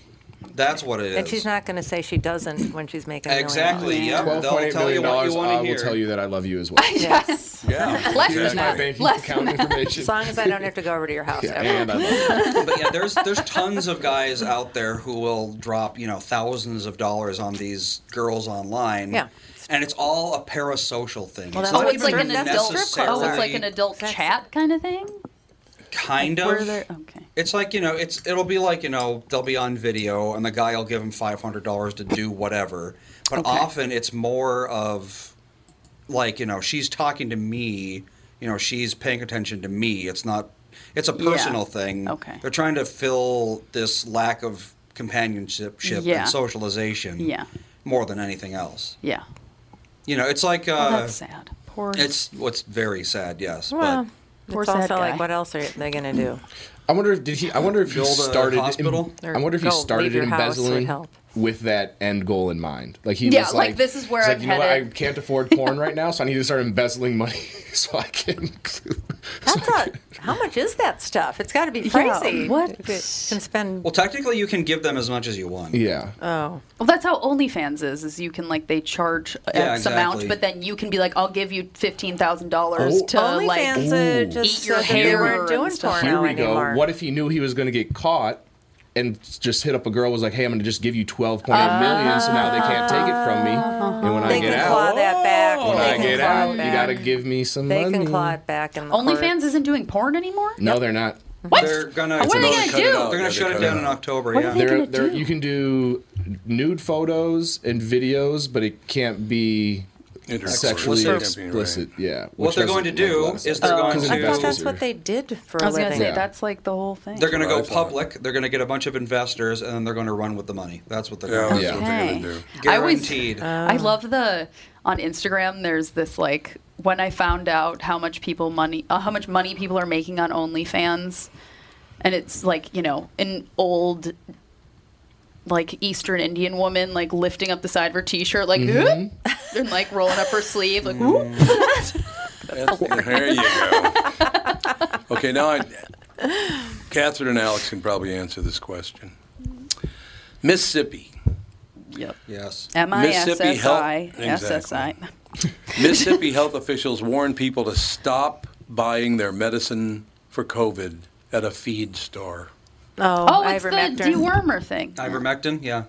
[SPEAKER 5] That's what it is.
[SPEAKER 4] and she's not going to say she doesn't when she's making a million
[SPEAKER 5] exactly.
[SPEAKER 3] Oh,
[SPEAKER 5] Yeah,
[SPEAKER 2] Twelve
[SPEAKER 5] they'll
[SPEAKER 2] point eight
[SPEAKER 5] tell you
[SPEAKER 2] million
[SPEAKER 5] what you
[SPEAKER 2] dollars. I
[SPEAKER 5] want to
[SPEAKER 2] will
[SPEAKER 5] hear.
[SPEAKER 2] tell you that I love you as well.
[SPEAKER 4] dollars. Yes.
[SPEAKER 1] Yeah.
[SPEAKER 3] Less
[SPEAKER 2] Here's
[SPEAKER 3] than
[SPEAKER 2] my
[SPEAKER 3] that.
[SPEAKER 2] banking
[SPEAKER 3] Less
[SPEAKER 2] account information.
[SPEAKER 4] as long as I don't have to go over to your house
[SPEAKER 2] Yeah,
[SPEAKER 4] ever.
[SPEAKER 2] and uh, I love you.
[SPEAKER 5] but yeah, there's there's tons of guys out there who will drop you know thousands of dollars on these girls online.
[SPEAKER 4] Yeah.
[SPEAKER 5] and it's all a parasocial thing.
[SPEAKER 4] Well, that's
[SPEAKER 5] not
[SPEAKER 4] what
[SPEAKER 3] Oh, it's like
[SPEAKER 5] even
[SPEAKER 3] an
[SPEAKER 4] That's
[SPEAKER 3] adult.
[SPEAKER 4] strip clubs
[SPEAKER 3] Oh, it's
[SPEAKER 4] are.
[SPEAKER 3] like an adult
[SPEAKER 4] That's-
[SPEAKER 3] chat kind of thing.
[SPEAKER 5] kind
[SPEAKER 3] Where
[SPEAKER 5] of.
[SPEAKER 3] they're okay.
[SPEAKER 5] It's like you know, it's it'll be like you know they'll be on video and the guy will give him five hundred dollars to do whatever, but often it's more of like you know she's talking to me, you know she's paying attention to me. It's not, it's a
[SPEAKER 3] Yeah.
[SPEAKER 5] personal thing.
[SPEAKER 3] Okay.
[SPEAKER 5] they're trying to fill this lack of companionship
[SPEAKER 3] Yeah.
[SPEAKER 5] and socialization.
[SPEAKER 3] Yeah.
[SPEAKER 5] more than anything else.
[SPEAKER 3] Yeah.
[SPEAKER 5] You know, it's like
[SPEAKER 3] Oh,
[SPEAKER 5] uh,
[SPEAKER 3] that's sad. Poor.
[SPEAKER 5] it's what's very sad. Yes,
[SPEAKER 4] Well,
[SPEAKER 5] but
[SPEAKER 3] Poor
[SPEAKER 4] it's
[SPEAKER 3] sad
[SPEAKER 4] also
[SPEAKER 3] guy.
[SPEAKER 4] like, what else are they going to do?
[SPEAKER 2] I wonder if did he? I wonder if he
[SPEAKER 5] Build a
[SPEAKER 2] started. em-
[SPEAKER 5] hospital?
[SPEAKER 4] Or
[SPEAKER 2] I wonder if he
[SPEAKER 4] go leave
[SPEAKER 2] started
[SPEAKER 4] your house would
[SPEAKER 2] embezzling
[SPEAKER 4] help.
[SPEAKER 2] with that end goal in mind. Like he
[SPEAKER 3] Yeah,
[SPEAKER 2] was
[SPEAKER 3] like,
[SPEAKER 2] like,
[SPEAKER 3] this is where
[SPEAKER 2] he's
[SPEAKER 3] I'm
[SPEAKER 2] like, you know what? I
[SPEAKER 3] headed.
[SPEAKER 2] can't afford porn right now, so I need to start embezzling money so I can.
[SPEAKER 4] That's a, how much is that stuff? It's got to be
[SPEAKER 3] Yeah,
[SPEAKER 4] crazy.
[SPEAKER 3] what?
[SPEAKER 4] You could- can spend?
[SPEAKER 5] well, technically you can give them as much as you want.
[SPEAKER 2] yeah.
[SPEAKER 4] Oh,
[SPEAKER 3] Well, that's how OnlyFans is. Is you can like they charge
[SPEAKER 5] Yeah,
[SPEAKER 3] X
[SPEAKER 5] exactly.
[SPEAKER 3] amount, but then you can be like, I'll give you fifteen thousand dollars
[SPEAKER 2] Oh.
[SPEAKER 3] to like.
[SPEAKER 4] OnlyFans uh, just
[SPEAKER 3] Eat
[SPEAKER 4] so
[SPEAKER 3] your
[SPEAKER 4] that they
[SPEAKER 3] hair
[SPEAKER 4] weren't
[SPEAKER 3] and
[SPEAKER 4] doing
[SPEAKER 3] stuff.
[SPEAKER 4] porn
[SPEAKER 2] Here we
[SPEAKER 4] anymore.
[SPEAKER 2] go. What if he knew he was going to get caught and just hit up a girl was like, "Hey, I'm going to just give you 12.8 million, so now they can't take it from me." And when I
[SPEAKER 4] Ah. they
[SPEAKER 2] get
[SPEAKER 4] can claw
[SPEAKER 2] out,
[SPEAKER 3] Oh.
[SPEAKER 4] that back.
[SPEAKER 2] when
[SPEAKER 4] they
[SPEAKER 2] I
[SPEAKER 4] can
[SPEAKER 2] get
[SPEAKER 4] claw
[SPEAKER 2] out,
[SPEAKER 4] it back.
[SPEAKER 2] you got to give me some
[SPEAKER 4] They
[SPEAKER 2] money.
[SPEAKER 4] can claw it back. And
[SPEAKER 3] OnlyFans isn't doing porn anymore.
[SPEAKER 2] No, they're not.
[SPEAKER 3] What?
[SPEAKER 5] They're gonna.
[SPEAKER 3] What are they gonna do?
[SPEAKER 5] They're gonna shut it down in October.
[SPEAKER 3] What are
[SPEAKER 5] yeah.
[SPEAKER 3] they gonna do?
[SPEAKER 2] You can do nude photos and videos, but it can't be
[SPEAKER 5] Intercourse.
[SPEAKER 2] sexually
[SPEAKER 5] Explicit.
[SPEAKER 2] explicit. Yeah.
[SPEAKER 5] What
[SPEAKER 2] which
[SPEAKER 5] they're going
[SPEAKER 2] doesn't
[SPEAKER 5] to do
[SPEAKER 2] make a lot of
[SPEAKER 5] is
[SPEAKER 2] sense.
[SPEAKER 5] they're going
[SPEAKER 2] Because
[SPEAKER 5] to-
[SPEAKER 2] it
[SPEAKER 5] I
[SPEAKER 4] I
[SPEAKER 2] makes
[SPEAKER 4] thought
[SPEAKER 2] it
[SPEAKER 4] that's
[SPEAKER 2] easier.
[SPEAKER 4] what they did for
[SPEAKER 3] I
[SPEAKER 4] a
[SPEAKER 3] was gonna
[SPEAKER 4] living.
[SPEAKER 3] say that's like the whole thing.
[SPEAKER 5] They're going to
[SPEAKER 1] Right,
[SPEAKER 5] go
[SPEAKER 1] I thought.
[SPEAKER 5] public. They're going to get a bunch of investors, and then they're going to run with the money. That's what they're
[SPEAKER 1] Yeah,
[SPEAKER 5] going
[SPEAKER 1] that's
[SPEAKER 5] to
[SPEAKER 1] what they're
[SPEAKER 3] Okay.
[SPEAKER 1] gonna do.
[SPEAKER 5] do.
[SPEAKER 3] I Uh, always-
[SPEAKER 5] Guaranteed.
[SPEAKER 3] I
[SPEAKER 4] Oh.
[SPEAKER 3] love the on Instagram. There's this like when I found out how much people money uh, how much money people are making on OnlyFans, and it's like you know an old like Eastern Indian woman like lifting up the side of her T-shirt like "Oop," and like rolling up her sleeve like "Oop." Mm-hmm.
[SPEAKER 1] There you go. Okay, now I, Catherine and Alex can probably answer this question. Mississippi,
[SPEAKER 3] yep.
[SPEAKER 5] yes.
[SPEAKER 3] M I S
[SPEAKER 1] Mississippi
[SPEAKER 3] S
[SPEAKER 1] Health-
[SPEAKER 3] I S S I.
[SPEAKER 1] Mississippi health officials warn people to stop buying their medicine for COVID at a feed store.
[SPEAKER 4] oh,
[SPEAKER 3] Oh, it's the
[SPEAKER 4] ivermectin.
[SPEAKER 3] dewormer thing.
[SPEAKER 5] Ivermectin. Yeah.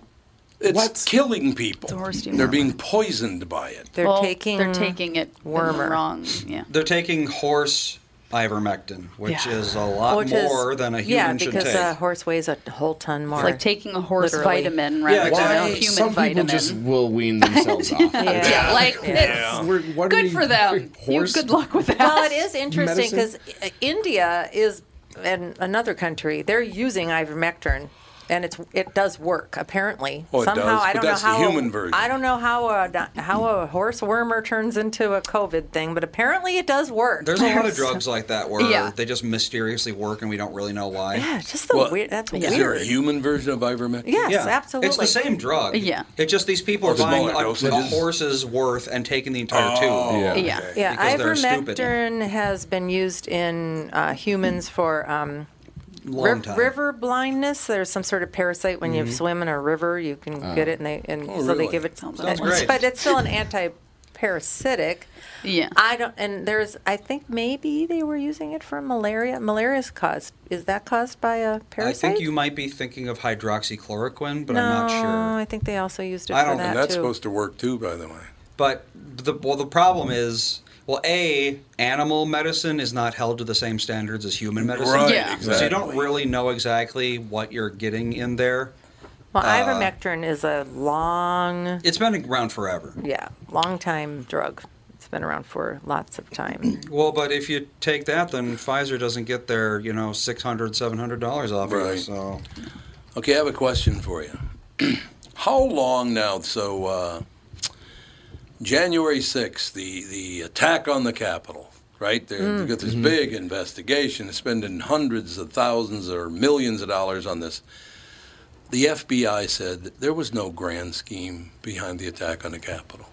[SPEAKER 1] It's killing people.
[SPEAKER 3] a horse
[SPEAKER 1] They're
[SPEAKER 3] dewormer.
[SPEAKER 1] being poisoned by it.
[SPEAKER 4] They're
[SPEAKER 3] Well,
[SPEAKER 4] taking.
[SPEAKER 3] they're taking it
[SPEAKER 4] wormer.
[SPEAKER 3] wrong. Yeah.
[SPEAKER 5] They're taking horse ivermectin, which
[SPEAKER 3] Yeah.
[SPEAKER 5] is a lot
[SPEAKER 4] which is-
[SPEAKER 5] more than a human
[SPEAKER 4] yeah,
[SPEAKER 5] should
[SPEAKER 4] because
[SPEAKER 3] uh,
[SPEAKER 5] take.
[SPEAKER 4] a horse weighs a whole ton more.
[SPEAKER 3] It's like taking a horse
[SPEAKER 4] Literally.
[SPEAKER 3] vitamin rather
[SPEAKER 5] exactly.
[SPEAKER 3] than a
[SPEAKER 5] Why
[SPEAKER 3] human
[SPEAKER 2] Some people
[SPEAKER 3] vitamin.
[SPEAKER 2] just will wean themselves off.
[SPEAKER 4] Yeah.
[SPEAKER 3] yeah, like
[SPEAKER 4] Yeah.
[SPEAKER 3] it's
[SPEAKER 2] We're- what do
[SPEAKER 3] good
[SPEAKER 2] we-
[SPEAKER 3] for them. You,
[SPEAKER 2] Horse-
[SPEAKER 3] good luck with that.
[SPEAKER 4] Well, it is interesting because
[SPEAKER 2] Medicine?
[SPEAKER 4] India is and another country. They're using ivermectin, and it's it does work apparently.
[SPEAKER 1] Oh, it
[SPEAKER 4] Somehow
[SPEAKER 1] does, but
[SPEAKER 4] I don't
[SPEAKER 1] that's the
[SPEAKER 4] know how
[SPEAKER 1] human version.
[SPEAKER 4] I don't know how a how a horse wormer turns into a COVID thing, but apparently it does work.
[SPEAKER 5] There's a lot of drugs like that where
[SPEAKER 3] Yeah.
[SPEAKER 5] they just mysteriously work, and we don't really know why.
[SPEAKER 4] Yeah, just the
[SPEAKER 1] Well,
[SPEAKER 4] weird. That's
[SPEAKER 1] Is there a
[SPEAKER 4] weird.
[SPEAKER 1] human version of ivermectin?
[SPEAKER 4] Yes,
[SPEAKER 5] Yeah,
[SPEAKER 4] absolutely.
[SPEAKER 5] It's the same drug.
[SPEAKER 3] Yeah.
[SPEAKER 5] It's just these people are
[SPEAKER 1] Or smaller
[SPEAKER 5] buying a, a
[SPEAKER 1] dosages.
[SPEAKER 5] horse's worth and taking the entire tube.
[SPEAKER 1] Oh,
[SPEAKER 2] Yeah.
[SPEAKER 3] Yeah.
[SPEAKER 1] okay.
[SPEAKER 4] Yeah,
[SPEAKER 5] because they're stupid.
[SPEAKER 4] ivermectin has been used in uh, humans for um,
[SPEAKER 5] Long
[SPEAKER 4] riv-
[SPEAKER 5] time. Mm-hmm.
[SPEAKER 4] river blindness. There's some sort of parasite when you swim in a river, you can
[SPEAKER 5] Uh.
[SPEAKER 4] get it, and they and so
[SPEAKER 1] really?
[SPEAKER 4] they give it.
[SPEAKER 3] Sounds
[SPEAKER 4] But-
[SPEAKER 5] Oh, great.
[SPEAKER 4] But it's still an anti-parasitic.
[SPEAKER 3] yeah.
[SPEAKER 4] I don't, and there's, I think maybe they were using it for malaria. Malaria's caused. Is that caused by a
[SPEAKER 5] I
[SPEAKER 4] parasite?
[SPEAKER 5] think you might be thinking of hydroxychloroquine, but
[SPEAKER 4] No,
[SPEAKER 5] I'm not sure.
[SPEAKER 4] I think they also used it
[SPEAKER 5] I
[SPEAKER 4] for
[SPEAKER 5] don't- and
[SPEAKER 4] that
[SPEAKER 1] And that's
[SPEAKER 4] too.
[SPEAKER 1] supposed to work too, by the way.
[SPEAKER 5] But the well, the problem is well, a animal medicine is not held to the same standards as human medicine.
[SPEAKER 1] Right,
[SPEAKER 3] Yeah.
[SPEAKER 5] So you don't
[SPEAKER 1] exactly.
[SPEAKER 5] really know exactly what you're getting in there.
[SPEAKER 4] well,
[SPEAKER 5] uh,
[SPEAKER 4] ivermectin is a long,
[SPEAKER 5] It's been around forever.
[SPEAKER 4] yeah, long time drug. It's been around for lots of time.
[SPEAKER 5] Well, but if you take that, then Pfizer doesn't get their you know six hundred, seven hundred dollars off of
[SPEAKER 1] Right.
[SPEAKER 5] it. So
[SPEAKER 1] Okay, I have a question for you. How long now? So, uh, January 6th, the, the attack on the Capitol, right? They're,
[SPEAKER 4] Mm.
[SPEAKER 1] They've got
[SPEAKER 4] Mm-hmm.
[SPEAKER 1] this big investigation, spending hundreds of thousands or millions of dollars on this. The FBI said that there was no grand scheme behind the attack on the Capitol.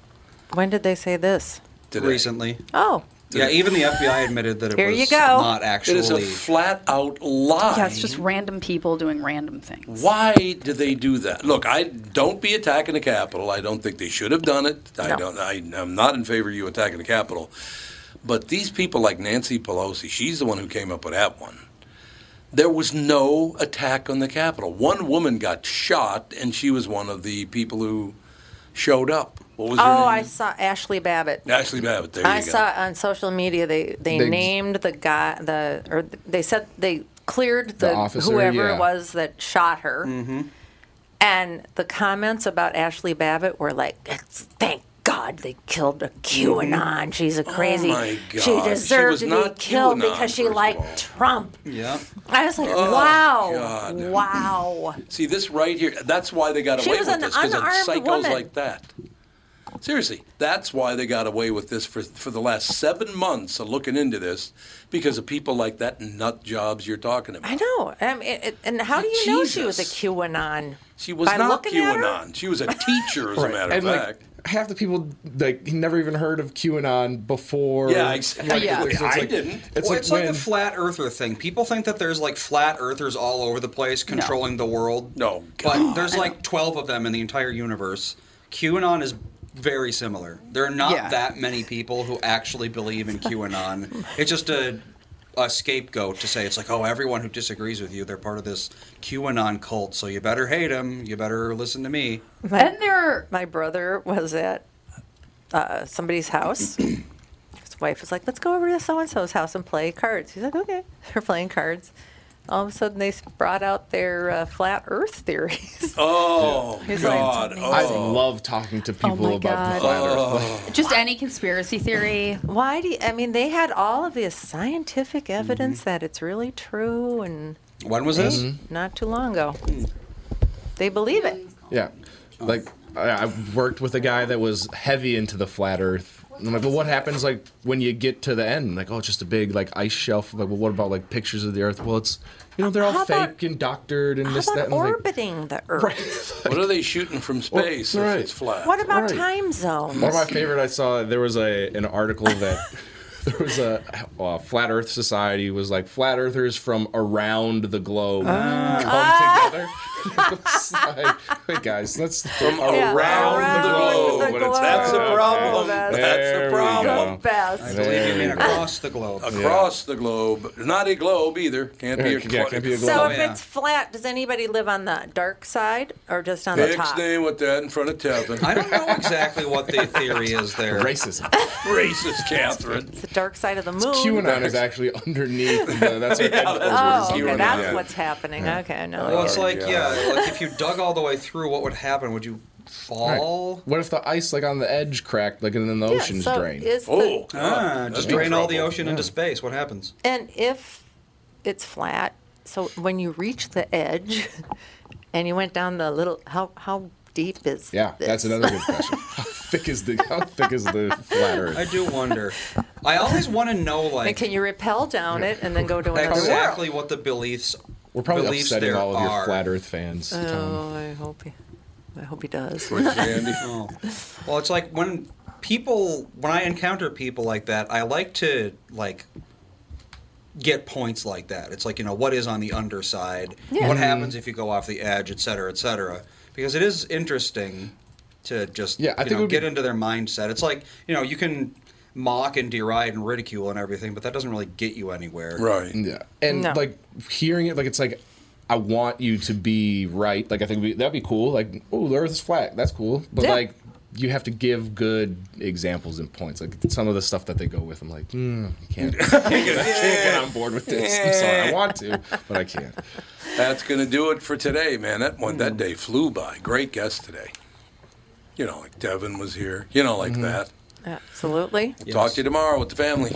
[SPEAKER 4] When did they say this?
[SPEAKER 1] Today.
[SPEAKER 5] recently,
[SPEAKER 4] Oh,
[SPEAKER 5] yeah, even the FBI admitted that it
[SPEAKER 4] Here
[SPEAKER 5] was
[SPEAKER 4] you go.
[SPEAKER 5] not
[SPEAKER 1] It
[SPEAKER 5] actually.
[SPEAKER 1] is a flat out lie.
[SPEAKER 3] Yeah, it's just random people doing random things.
[SPEAKER 1] Why do they do that? Look, I don't be attacking the Capitol. I don't think they should have done it. I
[SPEAKER 4] No.
[SPEAKER 1] don't. I, I'm not in favor of you attacking the Capitol. But these people like Nancy Pelosi, she's the one who came up with that one. There was no attack on the Capitol. One woman got shot, and she was one of the people who showed up. What was her
[SPEAKER 4] oh,
[SPEAKER 1] name?
[SPEAKER 4] I saw Ashley Babbitt.
[SPEAKER 1] Ashley Babbitt. There
[SPEAKER 4] I
[SPEAKER 1] you go.
[SPEAKER 4] saw uh, on social media they, they,
[SPEAKER 2] They-
[SPEAKER 4] named the guy the or they said they cleared the,
[SPEAKER 2] officer,
[SPEAKER 4] whoever
[SPEAKER 2] yeah.
[SPEAKER 4] it was that shot her,
[SPEAKER 1] Mm.
[SPEAKER 4] and the comments about Ashley Babbitt were like, "It's- "Thank God they killed a QAnon. She's a crazy.
[SPEAKER 1] Oh my God. She
[SPEAKER 4] She
[SPEAKER 1] was
[SPEAKER 4] deserved to be
[SPEAKER 1] not
[SPEAKER 4] killed
[SPEAKER 1] QAnon,
[SPEAKER 4] because she
[SPEAKER 1] first of all.
[SPEAKER 4] liked Trump."
[SPEAKER 5] yeah.
[SPEAKER 4] I was like, "Wow,
[SPEAKER 1] Oh, God.
[SPEAKER 4] wow."
[SPEAKER 1] See this right here. That's why they got
[SPEAKER 4] She
[SPEAKER 1] away
[SPEAKER 4] was
[SPEAKER 1] with
[SPEAKER 4] an
[SPEAKER 1] this because of
[SPEAKER 4] unarmed
[SPEAKER 1] psychos
[SPEAKER 4] woman.
[SPEAKER 1] like that. Seriously, that's why they got away with this for for the last seven months of looking into this because of people like that and nut jobs you're talking about.
[SPEAKER 4] I know. I mean, it, it- and how do you know she was a
[SPEAKER 1] Jesus.
[SPEAKER 4] QAnon?
[SPEAKER 1] She was
[SPEAKER 4] By
[SPEAKER 1] not
[SPEAKER 4] looking at her?
[SPEAKER 1] QAnon. She was a teacher, as a matter
[SPEAKER 2] and
[SPEAKER 1] of fact.
[SPEAKER 2] like half the people like he never even heard of QAnon before.
[SPEAKER 1] yeah, exactly.
[SPEAKER 3] Yeah.
[SPEAKER 2] It's
[SPEAKER 1] I
[SPEAKER 2] like-
[SPEAKER 1] didn't.
[SPEAKER 2] It's
[SPEAKER 5] well,
[SPEAKER 2] like
[SPEAKER 5] it's like
[SPEAKER 2] when-
[SPEAKER 5] the flat earther thing. People think that there's like flat earthers all over the place controlling the world.
[SPEAKER 1] No,
[SPEAKER 5] But there's like 12 of them in the entire universe. QAnon is very similar. There are not
[SPEAKER 3] Yeah.
[SPEAKER 5] that many people who actually believe in QAnon. it's just a a scapegoat to say it's like, oh, everyone who disagrees with you, they're part of this QAnon cult, so you better hate them. You better listen to me.
[SPEAKER 4] My-
[SPEAKER 3] and they're
[SPEAKER 4] my brother was at uh, somebody's house. His wife was like, "Let's go over to so and so's house and play cards." He's like, "Okay." They're playing cards, all of a sudden they brought out their uh, flat Earth theories.
[SPEAKER 1] Oh
[SPEAKER 4] He's like,
[SPEAKER 1] God!
[SPEAKER 4] "It's
[SPEAKER 2] I
[SPEAKER 1] oh.
[SPEAKER 2] love talking to people
[SPEAKER 4] my
[SPEAKER 2] about the
[SPEAKER 4] God.
[SPEAKER 2] flat Earth.
[SPEAKER 3] Just any conspiracy theory.
[SPEAKER 4] Why do you, I mean they had all of this scientific evidence
[SPEAKER 1] Mm-hmm.
[SPEAKER 4] that it's really true and
[SPEAKER 5] When was this?
[SPEAKER 2] Mm-hmm.
[SPEAKER 4] not too long ago. They believe it.
[SPEAKER 2] Yeah, like I I worked with a guy that was heavy into the flat Earth. And I'm like, well, what happens like when you get to the end? Like, oh, it's just a big like ice shelf. Like, well, what about like pictures of the Earth? Well, it's you know they're all
[SPEAKER 4] How
[SPEAKER 2] fake
[SPEAKER 4] about-
[SPEAKER 2] and doctored and
[SPEAKER 4] How
[SPEAKER 2] this that
[SPEAKER 4] about
[SPEAKER 2] and like.
[SPEAKER 4] orbiting the Earth?
[SPEAKER 1] What are they shooting from space
[SPEAKER 2] Well,
[SPEAKER 1] if
[SPEAKER 2] right.
[SPEAKER 1] it's flat?
[SPEAKER 4] What about
[SPEAKER 2] Right.
[SPEAKER 4] time zones?
[SPEAKER 2] One of my favorite I saw there was a an article that there was a, uh flat Earth society was like flat Earthers from around the globe
[SPEAKER 4] Ah.
[SPEAKER 2] come together. it's like, wait guys, let's
[SPEAKER 1] From around
[SPEAKER 4] around
[SPEAKER 1] the globe.
[SPEAKER 4] the
[SPEAKER 1] When it's-
[SPEAKER 4] globe.
[SPEAKER 1] That's a
[SPEAKER 4] Okay.
[SPEAKER 1] problem.
[SPEAKER 4] That's-
[SPEAKER 1] That's
[SPEAKER 2] There
[SPEAKER 1] a
[SPEAKER 2] we
[SPEAKER 1] problem.
[SPEAKER 2] go.
[SPEAKER 4] the best.
[SPEAKER 5] I believe you mean
[SPEAKER 2] There we
[SPEAKER 5] across the globe.
[SPEAKER 1] Across the globe, not a globe either. Can't be a,
[SPEAKER 2] Yeah, can't be a
[SPEAKER 4] So
[SPEAKER 2] globe.
[SPEAKER 4] if
[SPEAKER 5] yeah.
[SPEAKER 4] it's flat, does anybody live on the dark side or just on the
[SPEAKER 1] Big
[SPEAKER 4] top?
[SPEAKER 1] name with that in front of Tevin.
[SPEAKER 5] I don't know exactly what the theory is there.
[SPEAKER 2] Racism.
[SPEAKER 1] Racist Catherine.
[SPEAKER 4] The dark side of the moon.
[SPEAKER 2] QAnon is actually underneath. The, that's what headquarters
[SPEAKER 4] Oh,
[SPEAKER 2] is.
[SPEAKER 4] okay,
[SPEAKER 1] QAnon,
[SPEAKER 4] that's
[SPEAKER 1] yeah.
[SPEAKER 4] what's happening. Okay, no.
[SPEAKER 5] Well, it's
[SPEAKER 1] Oh,
[SPEAKER 5] like yeah.
[SPEAKER 1] yeah.
[SPEAKER 5] like if you dug all the way through, what would happen? Would you fall?
[SPEAKER 2] What if the ice like on the edge cracked, like and then the
[SPEAKER 4] Yeah,
[SPEAKER 2] oceans
[SPEAKER 4] so
[SPEAKER 2] drained?
[SPEAKER 4] is the-
[SPEAKER 1] Oh,
[SPEAKER 5] Ah, just
[SPEAKER 1] God. That'd be
[SPEAKER 5] drain all the
[SPEAKER 1] trouble.
[SPEAKER 5] ocean into space. What happens?
[SPEAKER 4] and if it's flat, so when you reach the edge, and you went down the little, how how deep is?
[SPEAKER 2] yeah, that's
[SPEAKER 4] this?
[SPEAKER 2] another good question. How thick is the how thick is the flat
[SPEAKER 5] I
[SPEAKER 2] Earth?
[SPEAKER 5] do wonder. I always want to know
[SPEAKER 4] And
[SPEAKER 5] like
[SPEAKER 4] can you rappel down it and then go to another world?
[SPEAKER 5] exactly what the beliefs.
[SPEAKER 2] We're probably
[SPEAKER 5] beliefs
[SPEAKER 2] upsetting
[SPEAKER 5] there
[SPEAKER 2] all of your
[SPEAKER 5] are.
[SPEAKER 2] flat Earth fans. Tom.
[SPEAKER 4] Oh, I hope he, I hope he does.
[SPEAKER 1] Where's Andy?
[SPEAKER 5] Oh. Well, it's like when people when I encounter people like that, I like to like get points like that. It's like, you know, what is on the underside?
[SPEAKER 4] Yeah.
[SPEAKER 2] Mm-hmm.
[SPEAKER 5] What happens if you go off the edge, et cetera, et cetera. Because it is interesting to just
[SPEAKER 2] Yeah,
[SPEAKER 5] you
[SPEAKER 2] I think it
[SPEAKER 5] know,
[SPEAKER 2] would be-
[SPEAKER 5] get into their mindset. It's like, you know, you can mock and deride and ridicule and everything, but that doesn't really get you anywhere.
[SPEAKER 1] Right.
[SPEAKER 2] Yeah, and
[SPEAKER 4] No.
[SPEAKER 2] like hearing it, like it's like. I want you to be right. Like I think we, that'd be cool. Like, oh, the Earth is flat. That's cool. But
[SPEAKER 4] Yeah.
[SPEAKER 2] like, you have to give good examples and points. Like some of the stuff that they go with, I'm like, mm, I can't. can't get on board with this. I'm sorry. I want to, but I can't.
[SPEAKER 1] That's going to do it for today, man. That one, that day flew by. Great guest today.
[SPEAKER 2] Mm-hmm.
[SPEAKER 1] You know, like Devin was here. You know, like that.
[SPEAKER 4] Absolutely.
[SPEAKER 1] Talk to you tomorrow with the family.